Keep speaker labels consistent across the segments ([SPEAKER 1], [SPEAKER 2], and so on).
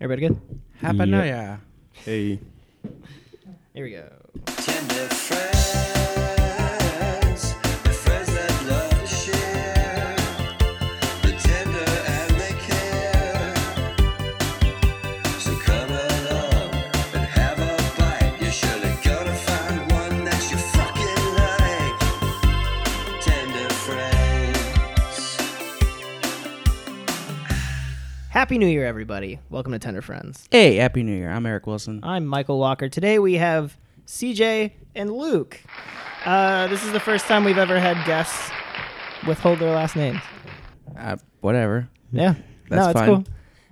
[SPEAKER 1] Everybody good?
[SPEAKER 2] Hapanaya.
[SPEAKER 3] Hey.
[SPEAKER 1] Here we go.
[SPEAKER 4] Tender friends, the friends that love to share, the tender and they care. So come along and have a bite. You're surely gonna find one that you fucking like. Tender friends.
[SPEAKER 1] Happy New Year, everybody. Welcome to Tender Friends.
[SPEAKER 2] Hey, Happy New Year. I'm Eric Wilson.
[SPEAKER 1] I'm Michael Walker. Today we have CJ and Luke. Uh, this is the first time we've ever had guests withhold their last names.
[SPEAKER 2] Uh, whatever.
[SPEAKER 1] Yeah.
[SPEAKER 2] That's
[SPEAKER 1] no, it's
[SPEAKER 2] fine.
[SPEAKER 1] cool.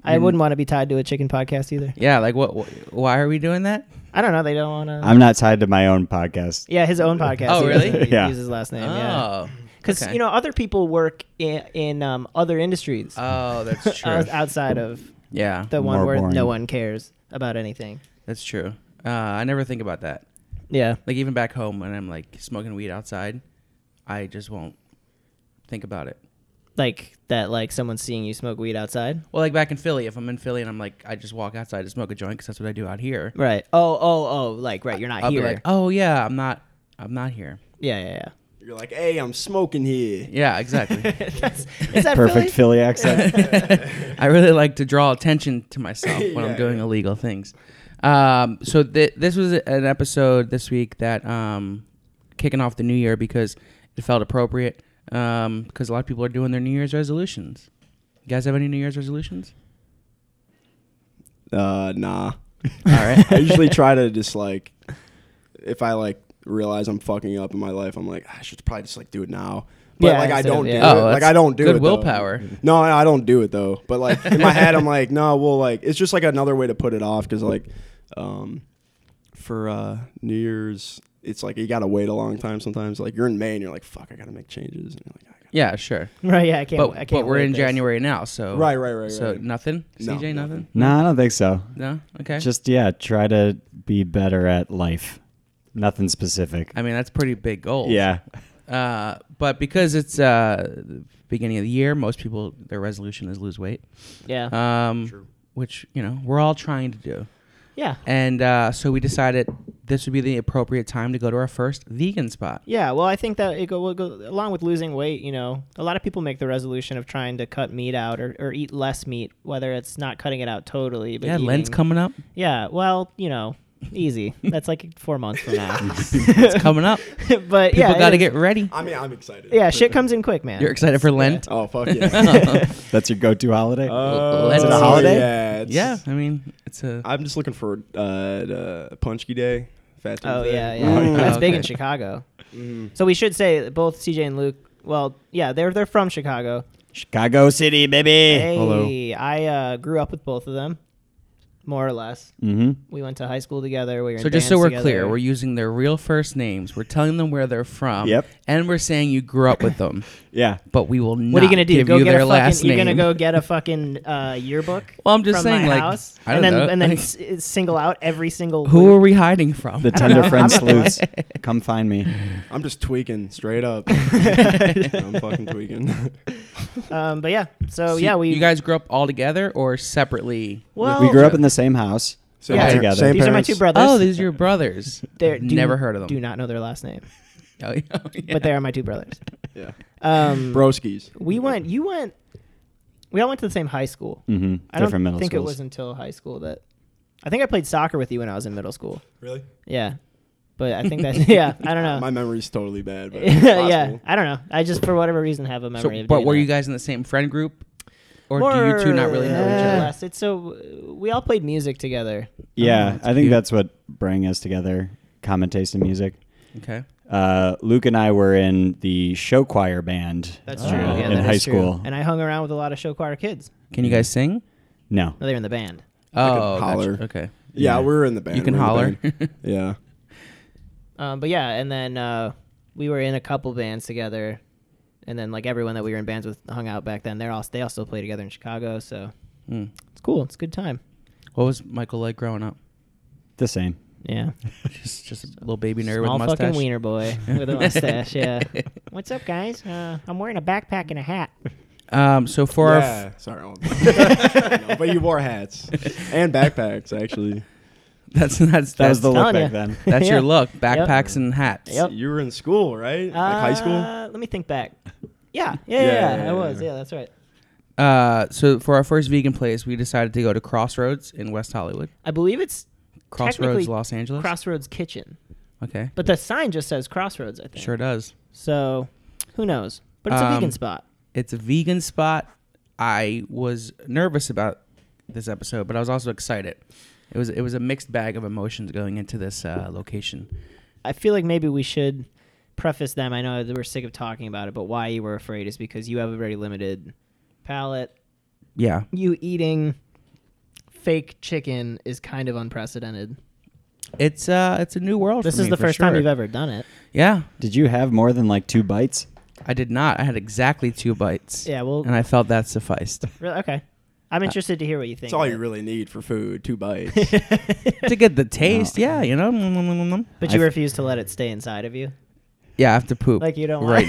[SPEAKER 1] I wouldn't want to be tied to a chicken podcast either.
[SPEAKER 2] Yeah, like what? wh- why are we doing that?
[SPEAKER 1] I don't know. They don't want to.
[SPEAKER 3] I'm not tied to my own podcast.
[SPEAKER 1] Yeah, his own podcast.
[SPEAKER 2] Oh,
[SPEAKER 1] he
[SPEAKER 2] really?
[SPEAKER 1] doesn't
[SPEAKER 3] Yeah.
[SPEAKER 1] Use his last name.
[SPEAKER 2] Oh,
[SPEAKER 1] Because,
[SPEAKER 2] okay.
[SPEAKER 1] you know, other people work in, in um, other industries
[SPEAKER 2] Oh, that's true.
[SPEAKER 1] uh, outside of
[SPEAKER 2] yeah,
[SPEAKER 1] the one
[SPEAKER 3] More
[SPEAKER 1] where no
[SPEAKER 3] boring.
[SPEAKER 1] one cares about anything.
[SPEAKER 2] that's true. Uh, I never think about that.
[SPEAKER 1] Yeah.
[SPEAKER 2] Like even back home when I'm like smoking weed outside, I just won't think about it.
[SPEAKER 1] like that like someone's seeing you smoke weed outside
[SPEAKER 2] Well, like back in Philly, if I'm in Philly and I'm like, I just walk outside to smoke a joint because that's what I do out here.
[SPEAKER 1] right oh oh oh like right you're not
[SPEAKER 2] I'll
[SPEAKER 1] here
[SPEAKER 2] be like, oh yeah, I'm not, I'm not here.
[SPEAKER 1] yeah yeah
[SPEAKER 3] You're like, hey, I'm smoking here.
[SPEAKER 2] Yeah, exactly.
[SPEAKER 1] yeah That's, is that
[SPEAKER 3] Perfect
[SPEAKER 1] Philly?
[SPEAKER 3] Philly, accent.
[SPEAKER 2] I really like to draw attention to myself when I'm doing illegal things. Um, so th- this was an episode this week that um, kicking off the new year because it felt appropriate because a lot of people are doing their New Year's resolutions. You guys have any New Year's resolutions?
[SPEAKER 5] Uh, nah.
[SPEAKER 2] All right.
[SPEAKER 5] I usually try to just like, if I like realize I'm fucking up in my life, I'm like, "Ah, I should probably just like do it now. But
[SPEAKER 1] Yeah,
[SPEAKER 5] like I
[SPEAKER 1] instead of-
[SPEAKER 5] don't do
[SPEAKER 1] yeah.
[SPEAKER 5] it.
[SPEAKER 2] Oh,
[SPEAKER 5] Like
[SPEAKER 2] that's
[SPEAKER 5] I don't do
[SPEAKER 2] good
[SPEAKER 5] it. though.
[SPEAKER 2] willpower.
[SPEAKER 5] No, I I don't do it though. But like in my head, I'm like, no. Well, like it's just like another way to put it off because like, um, for uh New Year's, it's like you gotta wait a long time sometimes. Like you're in May and you're like, fuck, I gotta make changes. And you're like, I gotta
[SPEAKER 2] Yeah, sure.
[SPEAKER 1] right yeah I can't
[SPEAKER 2] But
[SPEAKER 1] I can't
[SPEAKER 2] but we're
[SPEAKER 1] wait
[SPEAKER 2] in
[SPEAKER 1] this.
[SPEAKER 2] January now, so
[SPEAKER 5] Right, right, right,
[SPEAKER 2] So
[SPEAKER 5] right.
[SPEAKER 2] nothing,
[SPEAKER 5] No,
[SPEAKER 2] CJ, nothing?
[SPEAKER 5] nothing.
[SPEAKER 3] no, I don't think so.
[SPEAKER 2] No, okay.
[SPEAKER 3] Just yeah, try to be better at life. Nothing specific.
[SPEAKER 2] I mean, that's pretty big goals.
[SPEAKER 3] Yeah.
[SPEAKER 2] Uh, but because it's uh, the beginning of the year, most people their resolution is lose weight.
[SPEAKER 1] yeah
[SPEAKER 2] um, which you know we're all trying to do.
[SPEAKER 1] yeah
[SPEAKER 2] And uh, so we decided this would be the appropriate time to go to our first vegan spot.
[SPEAKER 1] yeah well I think that it go, will go along with losing weight you know a lot of people make the resolution of trying to cut meat out or, or eat less meat whether it's not cutting it out totally but
[SPEAKER 2] yeah, Lent's
[SPEAKER 1] eating-
[SPEAKER 2] coming up.
[SPEAKER 1] yeah well you know easy that's like four months from now
[SPEAKER 2] It's coming up.
[SPEAKER 1] but
[SPEAKER 2] People
[SPEAKER 1] yeah it
[SPEAKER 2] got to
[SPEAKER 1] is-
[SPEAKER 2] get ready.
[SPEAKER 5] I mean, I'm excited.
[SPEAKER 1] yeah shit comes in quick man
[SPEAKER 2] You're excited for Lent?
[SPEAKER 5] Oh fuck yeah.
[SPEAKER 3] That's your go-to holiday.
[SPEAKER 5] Oh,
[SPEAKER 2] Is it a
[SPEAKER 3] holiday?
[SPEAKER 5] Yeah. it's-
[SPEAKER 2] yeah, I mean it's a
[SPEAKER 5] I'm just looking for uh, uh Punchki Day, Fat
[SPEAKER 1] Oh
[SPEAKER 5] Tuesday.
[SPEAKER 1] yeah, yeah. That's
[SPEAKER 2] Oh,
[SPEAKER 1] big in
[SPEAKER 2] okay.
[SPEAKER 1] Chicago.
[SPEAKER 3] Mm-hmm.
[SPEAKER 1] So we should say that both CJ and Luke. Well, yeah, they're they're from Chicago.
[SPEAKER 3] Chicago City, baby.
[SPEAKER 1] Hey, I uh, grew up with both of them, more or less.
[SPEAKER 3] Mm-hmm.
[SPEAKER 1] We went to high school together. We were in
[SPEAKER 2] so just
[SPEAKER 1] bands
[SPEAKER 2] so we're
[SPEAKER 1] together.
[SPEAKER 2] clear, we're using their real first names. We're telling them where they're from.
[SPEAKER 3] Yep.
[SPEAKER 2] And we're saying you grew up with them,
[SPEAKER 3] Yeah.
[SPEAKER 2] but we will not
[SPEAKER 1] what are you gonna do?
[SPEAKER 2] give
[SPEAKER 1] Go
[SPEAKER 2] you
[SPEAKER 1] get
[SPEAKER 2] their
[SPEAKER 1] a
[SPEAKER 2] last
[SPEAKER 1] fucking. You're gonna go
[SPEAKER 2] name.
[SPEAKER 1] get a fucking uh, yearbook.
[SPEAKER 2] Well, I'm just
[SPEAKER 1] from my
[SPEAKER 2] saying, like,
[SPEAKER 1] house,
[SPEAKER 2] I
[SPEAKER 1] and then
[SPEAKER 2] don't know.
[SPEAKER 1] and then s- uh, single out every single.
[SPEAKER 2] Who
[SPEAKER 1] Luke.
[SPEAKER 2] are we hiding from?
[SPEAKER 3] The
[SPEAKER 1] know.
[SPEAKER 3] tender friend
[SPEAKER 1] I'm okay.
[SPEAKER 3] sleuths. Come find me.
[SPEAKER 5] I'm just tweaking straight up. I'm fucking tweaking.
[SPEAKER 1] Um, but yeah, so,
[SPEAKER 2] So
[SPEAKER 1] yeah, we
[SPEAKER 2] you guys grew up all together or separately?
[SPEAKER 1] Well,
[SPEAKER 3] We grew up in the same house.
[SPEAKER 5] Same
[SPEAKER 1] Yeah.
[SPEAKER 3] all
[SPEAKER 5] par-
[SPEAKER 3] together.
[SPEAKER 5] same
[SPEAKER 1] these are my
[SPEAKER 5] parents.
[SPEAKER 1] two brothers.
[SPEAKER 2] Oh, these are your brothers.
[SPEAKER 1] They're- do-
[SPEAKER 2] Never heard of them.
[SPEAKER 1] Do not know their last name,
[SPEAKER 2] Oh, yeah.
[SPEAKER 1] but they are my two brothers.
[SPEAKER 5] Yeah.
[SPEAKER 1] Um,
[SPEAKER 5] Broskies.
[SPEAKER 2] Mm-hmm.
[SPEAKER 1] We went. You went. We all went to the same high school.
[SPEAKER 3] Mm-hmm.
[SPEAKER 1] I don't
[SPEAKER 3] Different middle
[SPEAKER 1] think
[SPEAKER 3] schools.
[SPEAKER 1] it was until high school that. I think I played soccer with you when I was in middle school.
[SPEAKER 5] Really?
[SPEAKER 1] Yeah, but I think that's yeah. I don't know.
[SPEAKER 5] My memory's totally bad, but it's
[SPEAKER 1] yeah,
[SPEAKER 5] possible.
[SPEAKER 1] I don't know. I just for whatever reason have a memory.
[SPEAKER 2] So,
[SPEAKER 1] of
[SPEAKER 2] but
[SPEAKER 1] doing
[SPEAKER 2] were
[SPEAKER 1] that.
[SPEAKER 2] you guys in the same friend group, or do you two not really know each
[SPEAKER 1] More or
[SPEAKER 2] other?
[SPEAKER 1] less. It's so we all played music together.
[SPEAKER 2] Oh,
[SPEAKER 3] Yeah,
[SPEAKER 2] that's
[SPEAKER 3] I think
[SPEAKER 2] cute.
[SPEAKER 3] that's what brought us together. Common taste in music.
[SPEAKER 2] Okay.
[SPEAKER 3] Uh, Luke and I were in the show choir band. uh,
[SPEAKER 2] true. Yeah,
[SPEAKER 3] in
[SPEAKER 2] that
[SPEAKER 3] high
[SPEAKER 1] is true.
[SPEAKER 3] school.
[SPEAKER 1] And I hung around with a lot of show choir kids.
[SPEAKER 2] Can you guys sing?
[SPEAKER 3] No,
[SPEAKER 1] No, they were in the band.
[SPEAKER 2] Oh, gotcha.
[SPEAKER 5] holler.
[SPEAKER 2] Okay.
[SPEAKER 5] Yeah, we're in the band.
[SPEAKER 2] You can
[SPEAKER 5] we're in the
[SPEAKER 2] holler.
[SPEAKER 5] band. yeah.
[SPEAKER 1] Um, but yeah, and then uh, we were in a couple bands together, and then like everyone that we were in bands with hung out back then. They're all they all still play together in Chicago, so
[SPEAKER 2] Mm.
[SPEAKER 1] it's cool. It's a good time.
[SPEAKER 2] What was Michael like growing up?
[SPEAKER 3] the same.
[SPEAKER 1] Yeah,
[SPEAKER 2] Just, just a little baby nerd
[SPEAKER 1] small
[SPEAKER 2] with a mustache.
[SPEAKER 1] fucking wiener boy with a mustache. Yeah. What's up, guys? Uh, I'm wearing a backpack and a hat.
[SPEAKER 2] Um, so for our
[SPEAKER 5] yeah.
[SPEAKER 2] f-
[SPEAKER 5] Sorry. I'll- No, but you wore hats and backpacks actually.
[SPEAKER 2] that's that's
[SPEAKER 3] That was
[SPEAKER 2] that's,
[SPEAKER 3] the look
[SPEAKER 1] telling
[SPEAKER 3] back
[SPEAKER 1] ya.
[SPEAKER 3] then.
[SPEAKER 2] that's
[SPEAKER 1] Yeah.
[SPEAKER 2] your look backpacks and hats.
[SPEAKER 1] Yep.
[SPEAKER 5] You were in school, right? like high school.
[SPEAKER 1] Uh, Let me think back. Yeah, yeah, yeah,
[SPEAKER 5] Yeah,
[SPEAKER 1] yeah,
[SPEAKER 5] yeah,
[SPEAKER 1] I was.
[SPEAKER 5] yeah.
[SPEAKER 1] Yeah, that's right.
[SPEAKER 2] Uh, so for our first vegan place, we decided to go to Crossroads in West Hollywood.
[SPEAKER 1] I believe it's Technically,
[SPEAKER 2] Crossroads, Los Angeles.
[SPEAKER 1] Crossroads Kitchen,
[SPEAKER 2] okay,
[SPEAKER 1] but the sign just says Crossroads. I think.
[SPEAKER 2] sure does.
[SPEAKER 1] So, who knows? But it's a
[SPEAKER 2] Um,
[SPEAKER 1] vegan spot.
[SPEAKER 2] It's a vegan spot. I was nervous about this episode, but I was also excited. It was it was a mixed bag of emotions going into this uh, location.
[SPEAKER 1] I feel like maybe we should preface them. I know that we're sick of talking about it, but why you were afraid is because you have a very limited palate.
[SPEAKER 2] Yeah,
[SPEAKER 1] You eating fake chicken is kind of unprecedented.
[SPEAKER 2] it's uh it's a new world.
[SPEAKER 1] This
[SPEAKER 2] for
[SPEAKER 1] is
[SPEAKER 2] me,
[SPEAKER 1] the
[SPEAKER 2] for
[SPEAKER 1] first time
[SPEAKER 2] sure.
[SPEAKER 1] you've ever done it.
[SPEAKER 2] Yeah,
[SPEAKER 3] Did you have more than like two bites?
[SPEAKER 2] I did not. I had exactly two bites.
[SPEAKER 1] Yeah, well,
[SPEAKER 2] and I felt that sufficed
[SPEAKER 1] really, okay. I'm interested to hear what you think.
[SPEAKER 5] That's all
[SPEAKER 1] of
[SPEAKER 5] you
[SPEAKER 1] it.
[SPEAKER 5] really need for food. Two bites.
[SPEAKER 2] to get the taste. Yeah, you know. mm, mm, mm, mm.
[SPEAKER 1] But
[SPEAKER 3] I
[SPEAKER 1] you
[SPEAKER 3] f-
[SPEAKER 1] refuse to let it stay inside of you.
[SPEAKER 2] Yeah, I have to poop.
[SPEAKER 1] Like you don't
[SPEAKER 2] right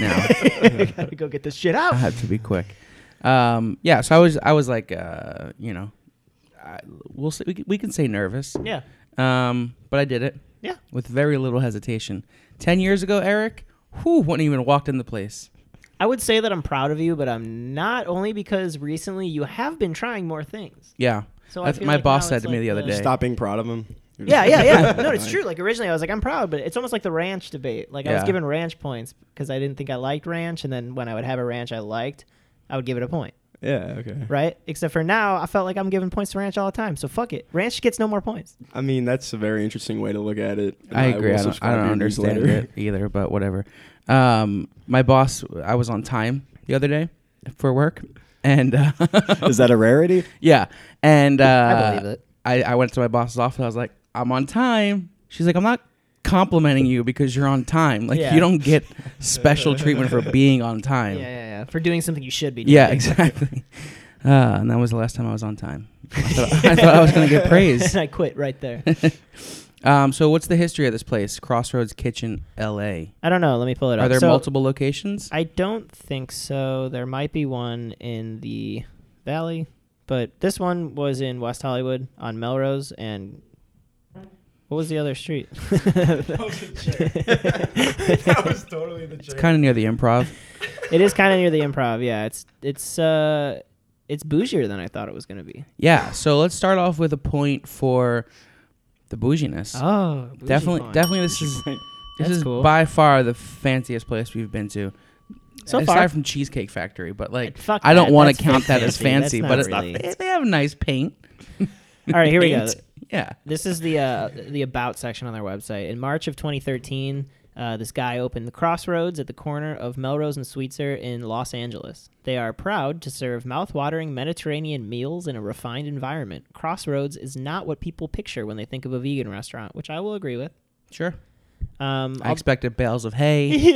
[SPEAKER 1] want-
[SPEAKER 2] now.
[SPEAKER 1] I gotta go get this shit
[SPEAKER 2] I
[SPEAKER 1] out.
[SPEAKER 2] had to be quick. Um, yeah, so I was I was like, uh, you know, I, we'll say, we can, we can say nervous.
[SPEAKER 1] Yeah,
[SPEAKER 2] Um, but I did it
[SPEAKER 1] yeah.
[SPEAKER 2] with very little hesitation. Ten years ago, Eric, who wouldn't even walked in the place.
[SPEAKER 1] I would say that I'm proud of you, but I'm not only because recently you have been trying more things.
[SPEAKER 2] Yeah.
[SPEAKER 1] So I
[SPEAKER 2] That's-
[SPEAKER 1] feel
[SPEAKER 2] my
[SPEAKER 1] like
[SPEAKER 2] boss
[SPEAKER 1] now
[SPEAKER 2] said
[SPEAKER 1] it's
[SPEAKER 2] to me
[SPEAKER 1] like
[SPEAKER 2] the other
[SPEAKER 1] the-
[SPEAKER 2] day.
[SPEAKER 5] Stop being proud of them. You're
[SPEAKER 1] Yeah,
[SPEAKER 5] just-
[SPEAKER 1] yeah, yeah. No, it's true. Like originally I was like, I'm proud, but it's almost like the ranch debate. Like I was
[SPEAKER 2] Yeah.
[SPEAKER 1] given ranch points because I didn't think I liked ranch, and then when I would have a ranch I liked, I would give it a point,
[SPEAKER 5] Yeah. Okay.
[SPEAKER 1] right? Except for now, I felt like I'm giving points to ranch all the time. So fuck it, ranch gets no more points.
[SPEAKER 5] I mean, that's a very interesting way to look at it. and
[SPEAKER 2] I agree.
[SPEAKER 5] will
[SPEAKER 2] I, don't,
[SPEAKER 5] subscribe
[SPEAKER 2] I
[SPEAKER 5] to
[SPEAKER 2] don't
[SPEAKER 5] your
[SPEAKER 2] understand
[SPEAKER 5] newsletter.
[SPEAKER 2] it either, but whatever. Um, my boss, I was on time the other day for work, and uh,
[SPEAKER 3] Is that a rarity?
[SPEAKER 2] yeah, and uh, I
[SPEAKER 1] believe it.
[SPEAKER 2] I, went to my boss's office. I was like, "I'm on time." She's like, "I'm not complimenting you because you're on time. Like,
[SPEAKER 1] Yeah.
[SPEAKER 2] you don't get special treatment for being on time."
[SPEAKER 1] Yeah, yeah, yeah. For doing something you should be doing.
[SPEAKER 2] Yeah, exactly. Uh, and that was the last time I was on time. I thought I, thought I was going to get praise.
[SPEAKER 1] and I quit right there.
[SPEAKER 2] Um, so, what's the history of this place, Crossroads Kitchen, L.A.?
[SPEAKER 1] I don't know. Let me pull it up.
[SPEAKER 2] Are there
[SPEAKER 1] So-
[SPEAKER 2] multiple locations?
[SPEAKER 1] I don't think so. There might be one in the valley, but this one was in West Hollywood on Melrose and what was the other street?
[SPEAKER 2] It's kind of near the improv.
[SPEAKER 1] it is kind of near the improv. Yeah, it's it's uh it's bougier than I thought it was going to be.
[SPEAKER 2] Yeah. So let's start off with a point for the bouginess.
[SPEAKER 1] Oh,
[SPEAKER 2] definitely, definitely. This is this
[SPEAKER 1] That's
[SPEAKER 2] is
[SPEAKER 1] cool.
[SPEAKER 2] by far the fanciest place we've been to.
[SPEAKER 1] So
[SPEAKER 2] Aside
[SPEAKER 1] far.
[SPEAKER 2] from Cheesecake Factory, but like,
[SPEAKER 1] Fuck
[SPEAKER 2] I don't
[SPEAKER 1] that,
[SPEAKER 2] want
[SPEAKER 1] that's
[SPEAKER 2] to count that
[SPEAKER 1] fancy.
[SPEAKER 2] as fancy,
[SPEAKER 1] That's
[SPEAKER 2] but
[SPEAKER 1] not
[SPEAKER 2] it's
[SPEAKER 1] really-
[SPEAKER 2] they, they have nice paint.
[SPEAKER 1] All right, here we go.
[SPEAKER 2] Paint. Yeah.
[SPEAKER 1] This is the uh, the about section on their website. In March of 2013, uh, this guy opened the Crossroads at the corner of Melrose and Sweetser in Los Angeles. They are proud to serve mouth-watering Mediterranean meals in a refined environment. Crossroads is not what people picture when they think of a vegan restaurant, which I will agree with.
[SPEAKER 2] Sure.
[SPEAKER 1] Um,
[SPEAKER 2] I
[SPEAKER 1] I'll-
[SPEAKER 2] expected bales of hay,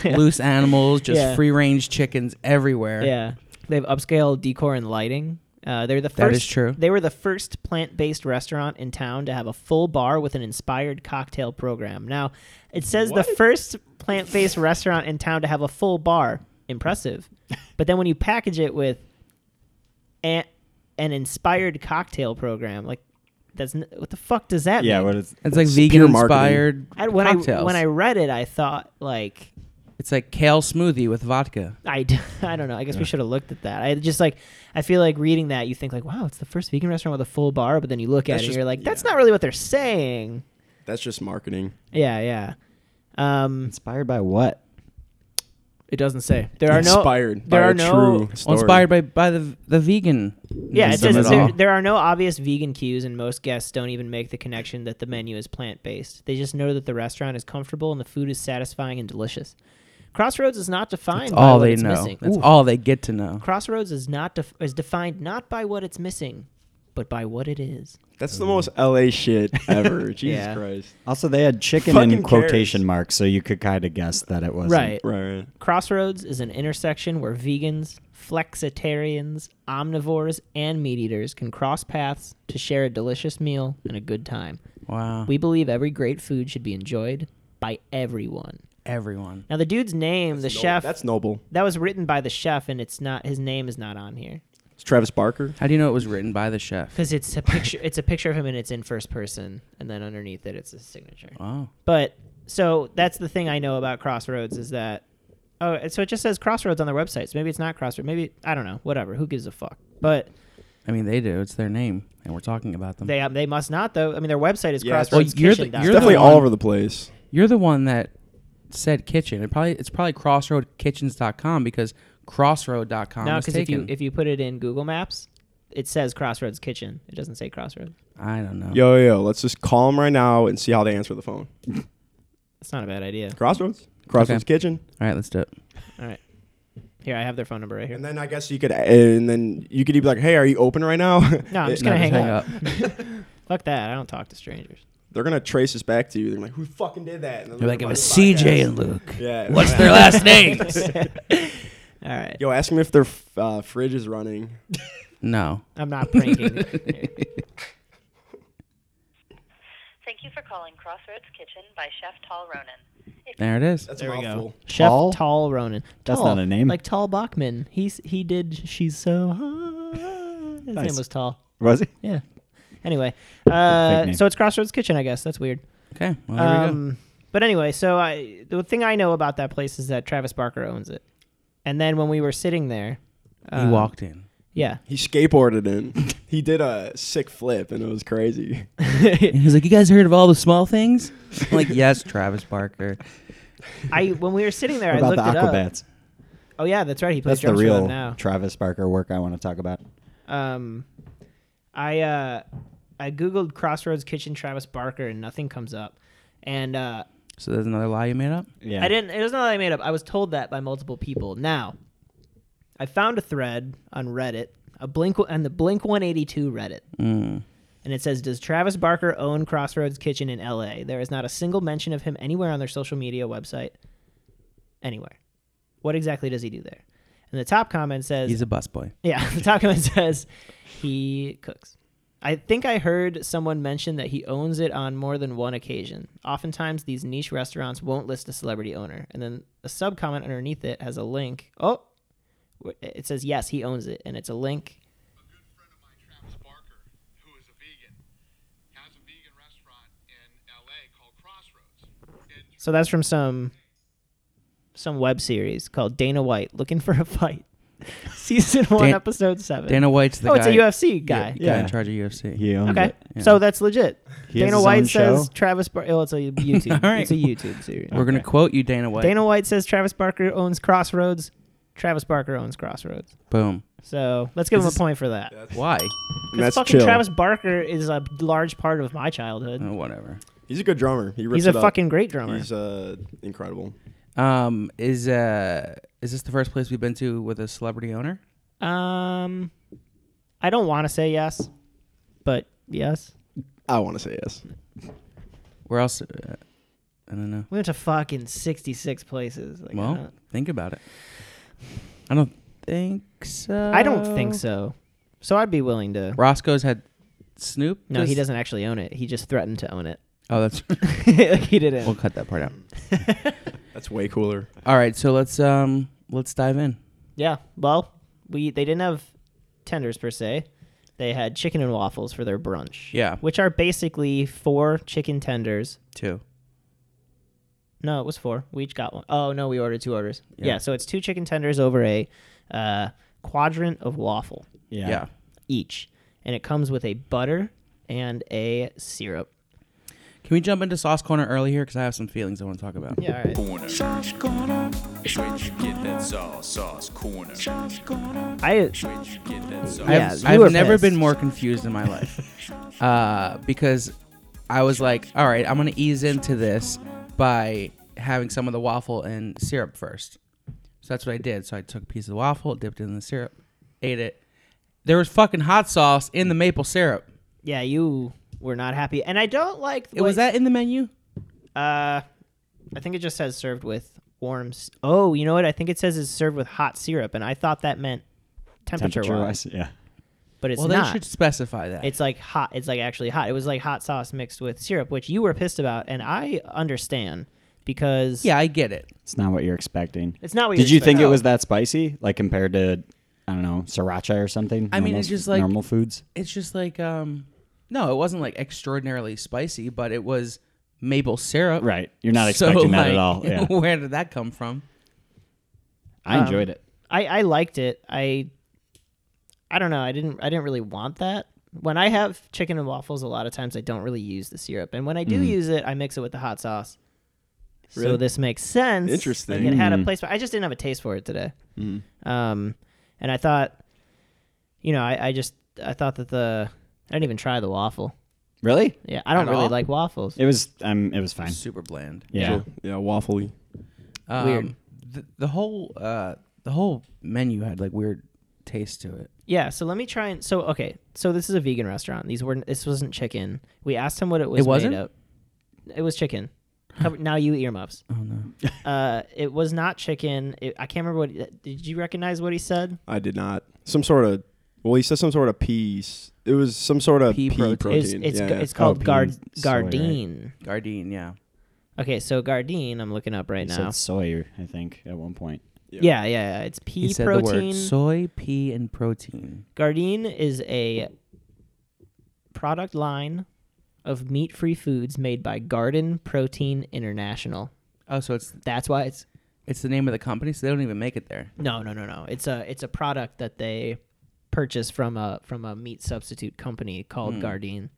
[SPEAKER 2] loose animals, just
[SPEAKER 1] Yeah.
[SPEAKER 2] free range chickens everywhere.
[SPEAKER 1] Yeah, they've upscaled decor and lighting. Uh, they're the first.
[SPEAKER 2] That is true.
[SPEAKER 1] They were the first plant-based restaurant in town to have a full bar with an inspired cocktail program. Now, it says the first plant-based restaurant in town to have a full bar. Impressive, but then when you package it with an, an inspired cocktail program, like that's n- what the fuck does that
[SPEAKER 3] Yeah.
[SPEAKER 1] mean?
[SPEAKER 3] What is?
[SPEAKER 2] It's like
[SPEAKER 5] It's
[SPEAKER 2] vegan
[SPEAKER 5] pure marketing.
[SPEAKER 2] inspired
[SPEAKER 1] I, when
[SPEAKER 2] cocktails.
[SPEAKER 1] I when I read it, I thought like
[SPEAKER 2] it's like kale smoothie with vodka.
[SPEAKER 1] I, d- I don't know. I guess we should have looked at that. I just like I feel like reading that you think like wow, it's the first vegan restaurant with a full bar, but then you look at
[SPEAKER 5] That's
[SPEAKER 1] it and
[SPEAKER 5] just-
[SPEAKER 1] you're like that's
[SPEAKER 5] yeah.
[SPEAKER 1] not really what they're saying.
[SPEAKER 5] That's just marketing.
[SPEAKER 1] Yeah, yeah. Um,
[SPEAKER 3] Inspired by what?
[SPEAKER 1] it doesn't say there are no
[SPEAKER 5] inspired
[SPEAKER 1] there
[SPEAKER 5] by
[SPEAKER 1] are
[SPEAKER 5] a
[SPEAKER 1] no
[SPEAKER 5] true story.
[SPEAKER 2] Well, Oh, inspired by by the the vegan.
[SPEAKER 1] yeah. It
[SPEAKER 2] wisdom
[SPEAKER 1] says
[SPEAKER 2] at all.
[SPEAKER 1] there, there are no obvious vegan cues, and most guests don't even make the connection that the menu is plant based. They just know that the restaurant is comfortable and the food is satisfying and delicious. Crossroads is not defined by
[SPEAKER 2] all
[SPEAKER 1] what
[SPEAKER 2] they
[SPEAKER 1] it's
[SPEAKER 2] know.
[SPEAKER 1] missing.
[SPEAKER 2] That's
[SPEAKER 1] Ooh.
[SPEAKER 2] all they get to know.
[SPEAKER 1] Crossroads is not def- is defined not by what it's missing, but by what it is.
[SPEAKER 5] That's the most LA shit ever. Jesus
[SPEAKER 1] Yeah.
[SPEAKER 5] Christ.
[SPEAKER 3] Also, they had chicken
[SPEAKER 5] Fucking
[SPEAKER 3] in quotation
[SPEAKER 5] cares.
[SPEAKER 3] marks, so you could kind of guess that it was
[SPEAKER 1] Right.
[SPEAKER 5] Right. right.
[SPEAKER 1] Crossroads is an intersection where vegans, flexitarians, omnivores, and meat eaters can cross paths to share a delicious meal and a good time.
[SPEAKER 2] Wow.
[SPEAKER 1] We believe every great food should be enjoyed by everyone.
[SPEAKER 2] everyone.
[SPEAKER 1] Now the dude's name, the
[SPEAKER 5] Noble-
[SPEAKER 1] chef,
[SPEAKER 5] That's noble.
[SPEAKER 1] that was written by the chef, and it's not his name is not on here
[SPEAKER 5] It's Travis Barker.
[SPEAKER 2] How do you know it was written by the chef?
[SPEAKER 1] because it's a picture. it's a picture of him, and it's in first person, and then underneath it, it's his signature.
[SPEAKER 2] Wow.
[SPEAKER 1] But so that's the thing I know about Crossroads is that oh, and so it just says Crossroads on their website. So maybe it's not Crossroads. Maybe I don't know. Whatever. Who gives a fuck? But
[SPEAKER 2] I mean, they do. It's their name, and we're talking about them.
[SPEAKER 1] they um, they must not though. I mean, their website is
[SPEAKER 5] Yeah, it's-
[SPEAKER 1] Crossroads.
[SPEAKER 2] Well, you're the-
[SPEAKER 1] Kitchen.
[SPEAKER 2] you're
[SPEAKER 5] It's definitely all
[SPEAKER 2] one-
[SPEAKER 5] over the place.
[SPEAKER 2] You're the one that said kitchen. It probably it's probably crossroadkitchens.com because crossroad.com
[SPEAKER 1] no,
[SPEAKER 2] is
[SPEAKER 1] because if
[SPEAKER 2] taken.
[SPEAKER 1] you if you put it in Google Maps, it says Crossroads Kitchen. It doesn't say Crossroads.
[SPEAKER 2] I don't know.
[SPEAKER 5] Yo, yo, yo, let's just call them right now and see how they answer the phone.
[SPEAKER 1] That's not a bad idea.
[SPEAKER 5] Crossroads, Crossroads Kitchen,
[SPEAKER 2] All right, let's do it.
[SPEAKER 1] All right. Here, I have their phone number right here.
[SPEAKER 5] and then I guess you could, and then you could be like, "Hey, are you open right now?"
[SPEAKER 1] No, I'm just
[SPEAKER 2] No,
[SPEAKER 1] gonna
[SPEAKER 2] just
[SPEAKER 1] hang, up. Fuck that. I don't talk to strangers.
[SPEAKER 5] They're gonna trace us back to you. They're like, "Who fucking did that?" And
[SPEAKER 2] They're like, it
[SPEAKER 5] gonna
[SPEAKER 2] was
[SPEAKER 5] find the
[SPEAKER 2] CJ
[SPEAKER 5] podcast.
[SPEAKER 2] and Luke.
[SPEAKER 5] Yeah.
[SPEAKER 2] What's their last names?
[SPEAKER 1] All right.
[SPEAKER 5] Yo, ask them if their f- uh, fridge is running.
[SPEAKER 2] No.
[SPEAKER 1] I'm not pranking.
[SPEAKER 6] Thank you for calling Crossroads Kitchen by Chef Tal Ronan. If
[SPEAKER 2] There it is.
[SPEAKER 5] That's
[SPEAKER 1] there
[SPEAKER 5] a
[SPEAKER 1] we
[SPEAKER 5] mouthful.
[SPEAKER 1] go. Chef
[SPEAKER 3] Tall?
[SPEAKER 1] Tall Ronan.
[SPEAKER 3] That's
[SPEAKER 1] Tall,
[SPEAKER 3] not a name.
[SPEAKER 1] Like Tall Bachman. He's he did. She's so hot. His name
[SPEAKER 3] Nice.
[SPEAKER 1] was Tall.
[SPEAKER 3] Was he?
[SPEAKER 1] Yeah. Anyway,
[SPEAKER 3] Fake
[SPEAKER 1] uh,
[SPEAKER 3] name.
[SPEAKER 1] so it's Crossroads Kitchen, I guess. That's weird.
[SPEAKER 2] Okay. Well, there we go.
[SPEAKER 1] Um, but anyway, so I the thing I know about that place is that Travis Barker owns it. And then when we were sitting there,
[SPEAKER 2] he
[SPEAKER 1] um,
[SPEAKER 2] walked in.
[SPEAKER 1] Yeah,
[SPEAKER 5] He skateboarded in. he did a sick flip, and it was crazy.
[SPEAKER 2] He's like, you guys heard of all the small things? I'm like, yes, Travis Barker.
[SPEAKER 1] I when we were sitting there,
[SPEAKER 3] What
[SPEAKER 1] I looked
[SPEAKER 3] about the
[SPEAKER 1] it up.
[SPEAKER 3] Aquabats?
[SPEAKER 1] Oh yeah, that's right. He plays
[SPEAKER 3] That's the
[SPEAKER 1] drums for them
[SPEAKER 3] real
[SPEAKER 1] now.
[SPEAKER 3] Travis Barker work I want to talk about.
[SPEAKER 1] Um, I uh, I googled Crossroads Kitchen Travis Barker and nothing comes up, and uh,
[SPEAKER 2] So there's another lie you made up?
[SPEAKER 3] Yeah.
[SPEAKER 1] I didn't. It was not that I made up. I was told that by multiple people. Now, I found a thread on Reddit, a Blink and the Blink One Eighty Two Reddit,
[SPEAKER 2] Mm.
[SPEAKER 1] and it says, "Does Travis Barker own Crossroads Kitchen in L.A.?" There is not a single mention of him anywhere on their social media website. Anywhere, what exactly does he do there? And the top comment says,
[SPEAKER 2] He's a busboy.
[SPEAKER 1] yeah, the top comment says he cooks. I think I heard someone mention that he owns it on more than one occasion. Oftentimes, these niche restaurants won't list a celebrity owner. And then a sub comment underneath it has a link. Oh, wh- it says, yes, he owns it. And it's a link.
[SPEAKER 7] a good friend of mine, Travis Barker, who is a vegan, has a vegan restaurant in LA called Crossroads. And
[SPEAKER 1] So that's from some some web series called Dana White Looking for a Fight, season one,
[SPEAKER 2] Dan-
[SPEAKER 1] episode seven.
[SPEAKER 2] Dana White's the
[SPEAKER 1] oh,
[SPEAKER 2] guy.
[SPEAKER 1] it's a UFC guy.
[SPEAKER 2] guy
[SPEAKER 3] Yeah.
[SPEAKER 2] in charge of UFC.
[SPEAKER 3] He owns
[SPEAKER 1] Okay,
[SPEAKER 3] it.
[SPEAKER 2] Yeah.
[SPEAKER 1] so that's legit.
[SPEAKER 3] He
[SPEAKER 1] Dana
[SPEAKER 3] has his own
[SPEAKER 1] White says
[SPEAKER 3] show?
[SPEAKER 1] Travis Barker. Oh, it's a YouTube.
[SPEAKER 2] All right.
[SPEAKER 1] It's a YouTube series.
[SPEAKER 2] We're going to quote you, Dana White.
[SPEAKER 1] Dana White says Travis Barker owns Crossroads. Travis Barker owns Crossroads.
[SPEAKER 2] Boom.
[SPEAKER 1] So let's give him a point for that.
[SPEAKER 2] Why?
[SPEAKER 5] And
[SPEAKER 1] Because
[SPEAKER 5] that's
[SPEAKER 1] fucking
[SPEAKER 5] chill.
[SPEAKER 1] Travis Barker is a large part of my childhood.
[SPEAKER 2] Oh, whatever.
[SPEAKER 5] He's a good drummer. He rips
[SPEAKER 1] He's a
[SPEAKER 5] it up.
[SPEAKER 1] fucking great drummer.
[SPEAKER 5] He's uh, incredible.
[SPEAKER 2] Um, is uh, is this the first place we've been to with a celebrity owner?
[SPEAKER 1] um, I don't want to say yes, but yes.
[SPEAKER 5] I want to say yes.
[SPEAKER 2] Where else? Uh, I don't know.
[SPEAKER 1] We went to fucking sixty-six places. Like, uh, I
[SPEAKER 2] Well,
[SPEAKER 1] don't-
[SPEAKER 2] think about it. I don't think so.
[SPEAKER 1] I don't
[SPEAKER 2] uh,
[SPEAKER 1] think so. So I'd be willing to.
[SPEAKER 2] Roscoe's had Snoop.
[SPEAKER 1] No,
[SPEAKER 2] does-
[SPEAKER 1] he doesn't actually own it. He just threatened to own it.
[SPEAKER 2] Oh, that's.
[SPEAKER 1] Like, he didn't.
[SPEAKER 2] we'll cut that part out.
[SPEAKER 5] That's way cooler.
[SPEAKER 2] All right, so let's um, let's dive in.
[SPEAKER 1] Yeah. Well, we they didn't have tenders per se. They had chicken and waffles for their brunch.
[SPEAKER 2] Yeah.
[SPEAKER 1] Which are basically four chicken tenders.
[SPEAKER 2] Two.
[SPEAKER 1] No, it was four. We each got one. Oh no, we ordered two orders. Yeah.
[SPEAKER 2] Yeah.
[SPEAKER 1] so it's two chicken tenders over a uh, quadrant of waffle
[SPEAKER 2] Yeah.
[SPEAKER 3] Yeah.
[SPEAKER 1] each, and it comes with a butter and a syrup.
[SPEAKER 2] Can we jump into Sauce Corner early here? Because I have some feelings I want to talk about.
[SPEAKER 1] Yeah. All right.
[SPEAKER 8] corner. Sauce corner. Where'd you get that sauce? Sauce corner. Sauce corner.
[SPEAKER 1] I
[SPEAKER 8] Where'd you get that sauce?
[SPEAKER 1] Yeah,
[SPEAKER 2] I've,
[SPEAKER 1] you were
[SPEAKER 2] I've never
[SPEAKER 1] pissed.
[SPEAKER 2] been more confused in my life uh, because I was like, all right, I'm going to ease into this by having some of the waffle and syrup first. So that's what I did. So I took a piece of the waffle, dipped it in the syrup, ate it. There was fucking hot sauce in the maple syrup.
[SPEAKER 1] yeah you were not happy, and I don't like.
[SPEAKER 2] It was
[SPEAKER 1] what-
[SPEAKER 2] that in the menu?
[SPEAKER 1] Uh, I think it just says served with warm. s- Oh, you know what? I think it says it's served with hot syrup, and I thought that meant temperature,
[SPEAKER 3] Temperature
[SPEAKER 1] wise,
[SPEAKER 3] wise. Yeah.
[SPEAKER 1] but it's
[SPEAKER 2] well, they
[SPEAKER 1] not.
[SPEAKER 2] should specify that.
[SPEAKER 1] It's like hot. It's like actually hot. It was like hot sauce mixed with syrup, which you were pissed about, and I understand because
[SPEAKER 2] Yeah, I get it.
[SPEAKER 3] It's not what you're expecting.
[SPEAKER 1] it's not what
[SPEAKER 3] Did you think it
[SPEAKER 1] expecting.
[SPEAKER 3] was that spicy? Like compared to, I don't know, sriracha or something?
[SPEAKER 2] I mean,
[SPEAKER 3] Normal-
[SPEAKER 2] it's just like-
[SPEAKER 3] normal foods.
[SPEAKER 2] It's just like um no, it wasn't like extraordinarily spicy, but it was maple syrup.
[SPEAKER 3] Right. You're not
[SPEAKER 2] So,
[SPEAKER 3] expecting that at
[SPEAKER 2] like,
[SPEAKER 3] all. Yeah.
[SPEAKER 2] where did that come from?
[SPEAKER 3] I enjoyed it.
[SPEAKER 1] I, I liked it. I I don't know. I didn't I didn't really want that. When I have chicken and waffles, a lot of times I don't really use the syrup, and when I do use it, I mix it with the hot sauce. So
[SPEAKER 5] Really?
[SPEAKER 1] this makes sense.
[SPEAKER 5] Interesting.
[SPEAKER 1] Like it had a place, but I just didn't have a taste for it today. Um, and I thought, you know, I, I just I thought that the I didn't even try the waffle.
[SPEAKER 3] Really?
[SPEAKER 1] Yeah, I don't
[SPEAKER 2] At
[SPEAKER 1] really
[SPEAKER 2] all?
[SPEAKER 1] like waffles.
[SPEAKER 3] It was. Um. It was fine.
[SPEAKER 2] Super bland.
[SPEAKER 3] Yeah.
[SPEAKER 5] Yeah, waffly.
[SPEAKER 2] Um,
[SPEAKER 1] Weird.
[SPEAKER 2] The, the whole uh the whole menu had like weird taste to it.
[SPEAKER 1] Yeah, so let me try and so okay. So this is a vegan restaurant. These were this wasn't chicken. We asked him what it was.
[SPEAKER 2] It wasn't?
[SPEAKER 1] Made of. It was chicken. Cover- now you earmuffs.
[SPEAKER 2] Oh no.
[SPEAKER 1] Uh, it was not chicken. It, I can't remember what. he- Did you recognize what he said?
[SPEAKER 5] I did not. Some sort of. Well, he said some sort of peas. It was some sort of
[SPEAKER 2] Pea
[SPEAKER 5] pea,
[SPEAKER 2] protein.
[SPEAKER 5] protein.
[SPEAKER 1] It's it's,
[SPEAKER 5] yeah,
[SPEAKER 1] g-
[SPEAKER 5] yeah.
[SPEAKER 1] it's called
[SPEAKER 3] Oh,
[SPEAKER 1] gard,
[SPEAKER 3] beans, soy, right?
[SPEAKER 1] gardine.
[SPEAKER 2] Gardein, yeah.
[SPEAKER 1] Okay, so gardine. I'm looking up right
[SPEAKER 3] You
[SPEAKER 1] now.
[SPEAKER 3] said soy, I think, at one point.
[SPEAKER 1] Yeah, yeah, yeah. It's pea
[SPEAKER 2] He said the
[SPEAKER 1] protein.
[SPEAKER 2] word soy, pea, and protein.
[SPEAKER 1] Gardein is a product line of meat-free foods made by Garden Protein International.
[SPEAKER 2] Oh, so it's
[SPEAKER 1] That's why it's
[SPEAKER 2] it's the name of the company, so they don't even make it there.
[SPEAKER 1] No, no, no, no. It's a it's a product that they purchase from a from a meat substitute company called Gardein.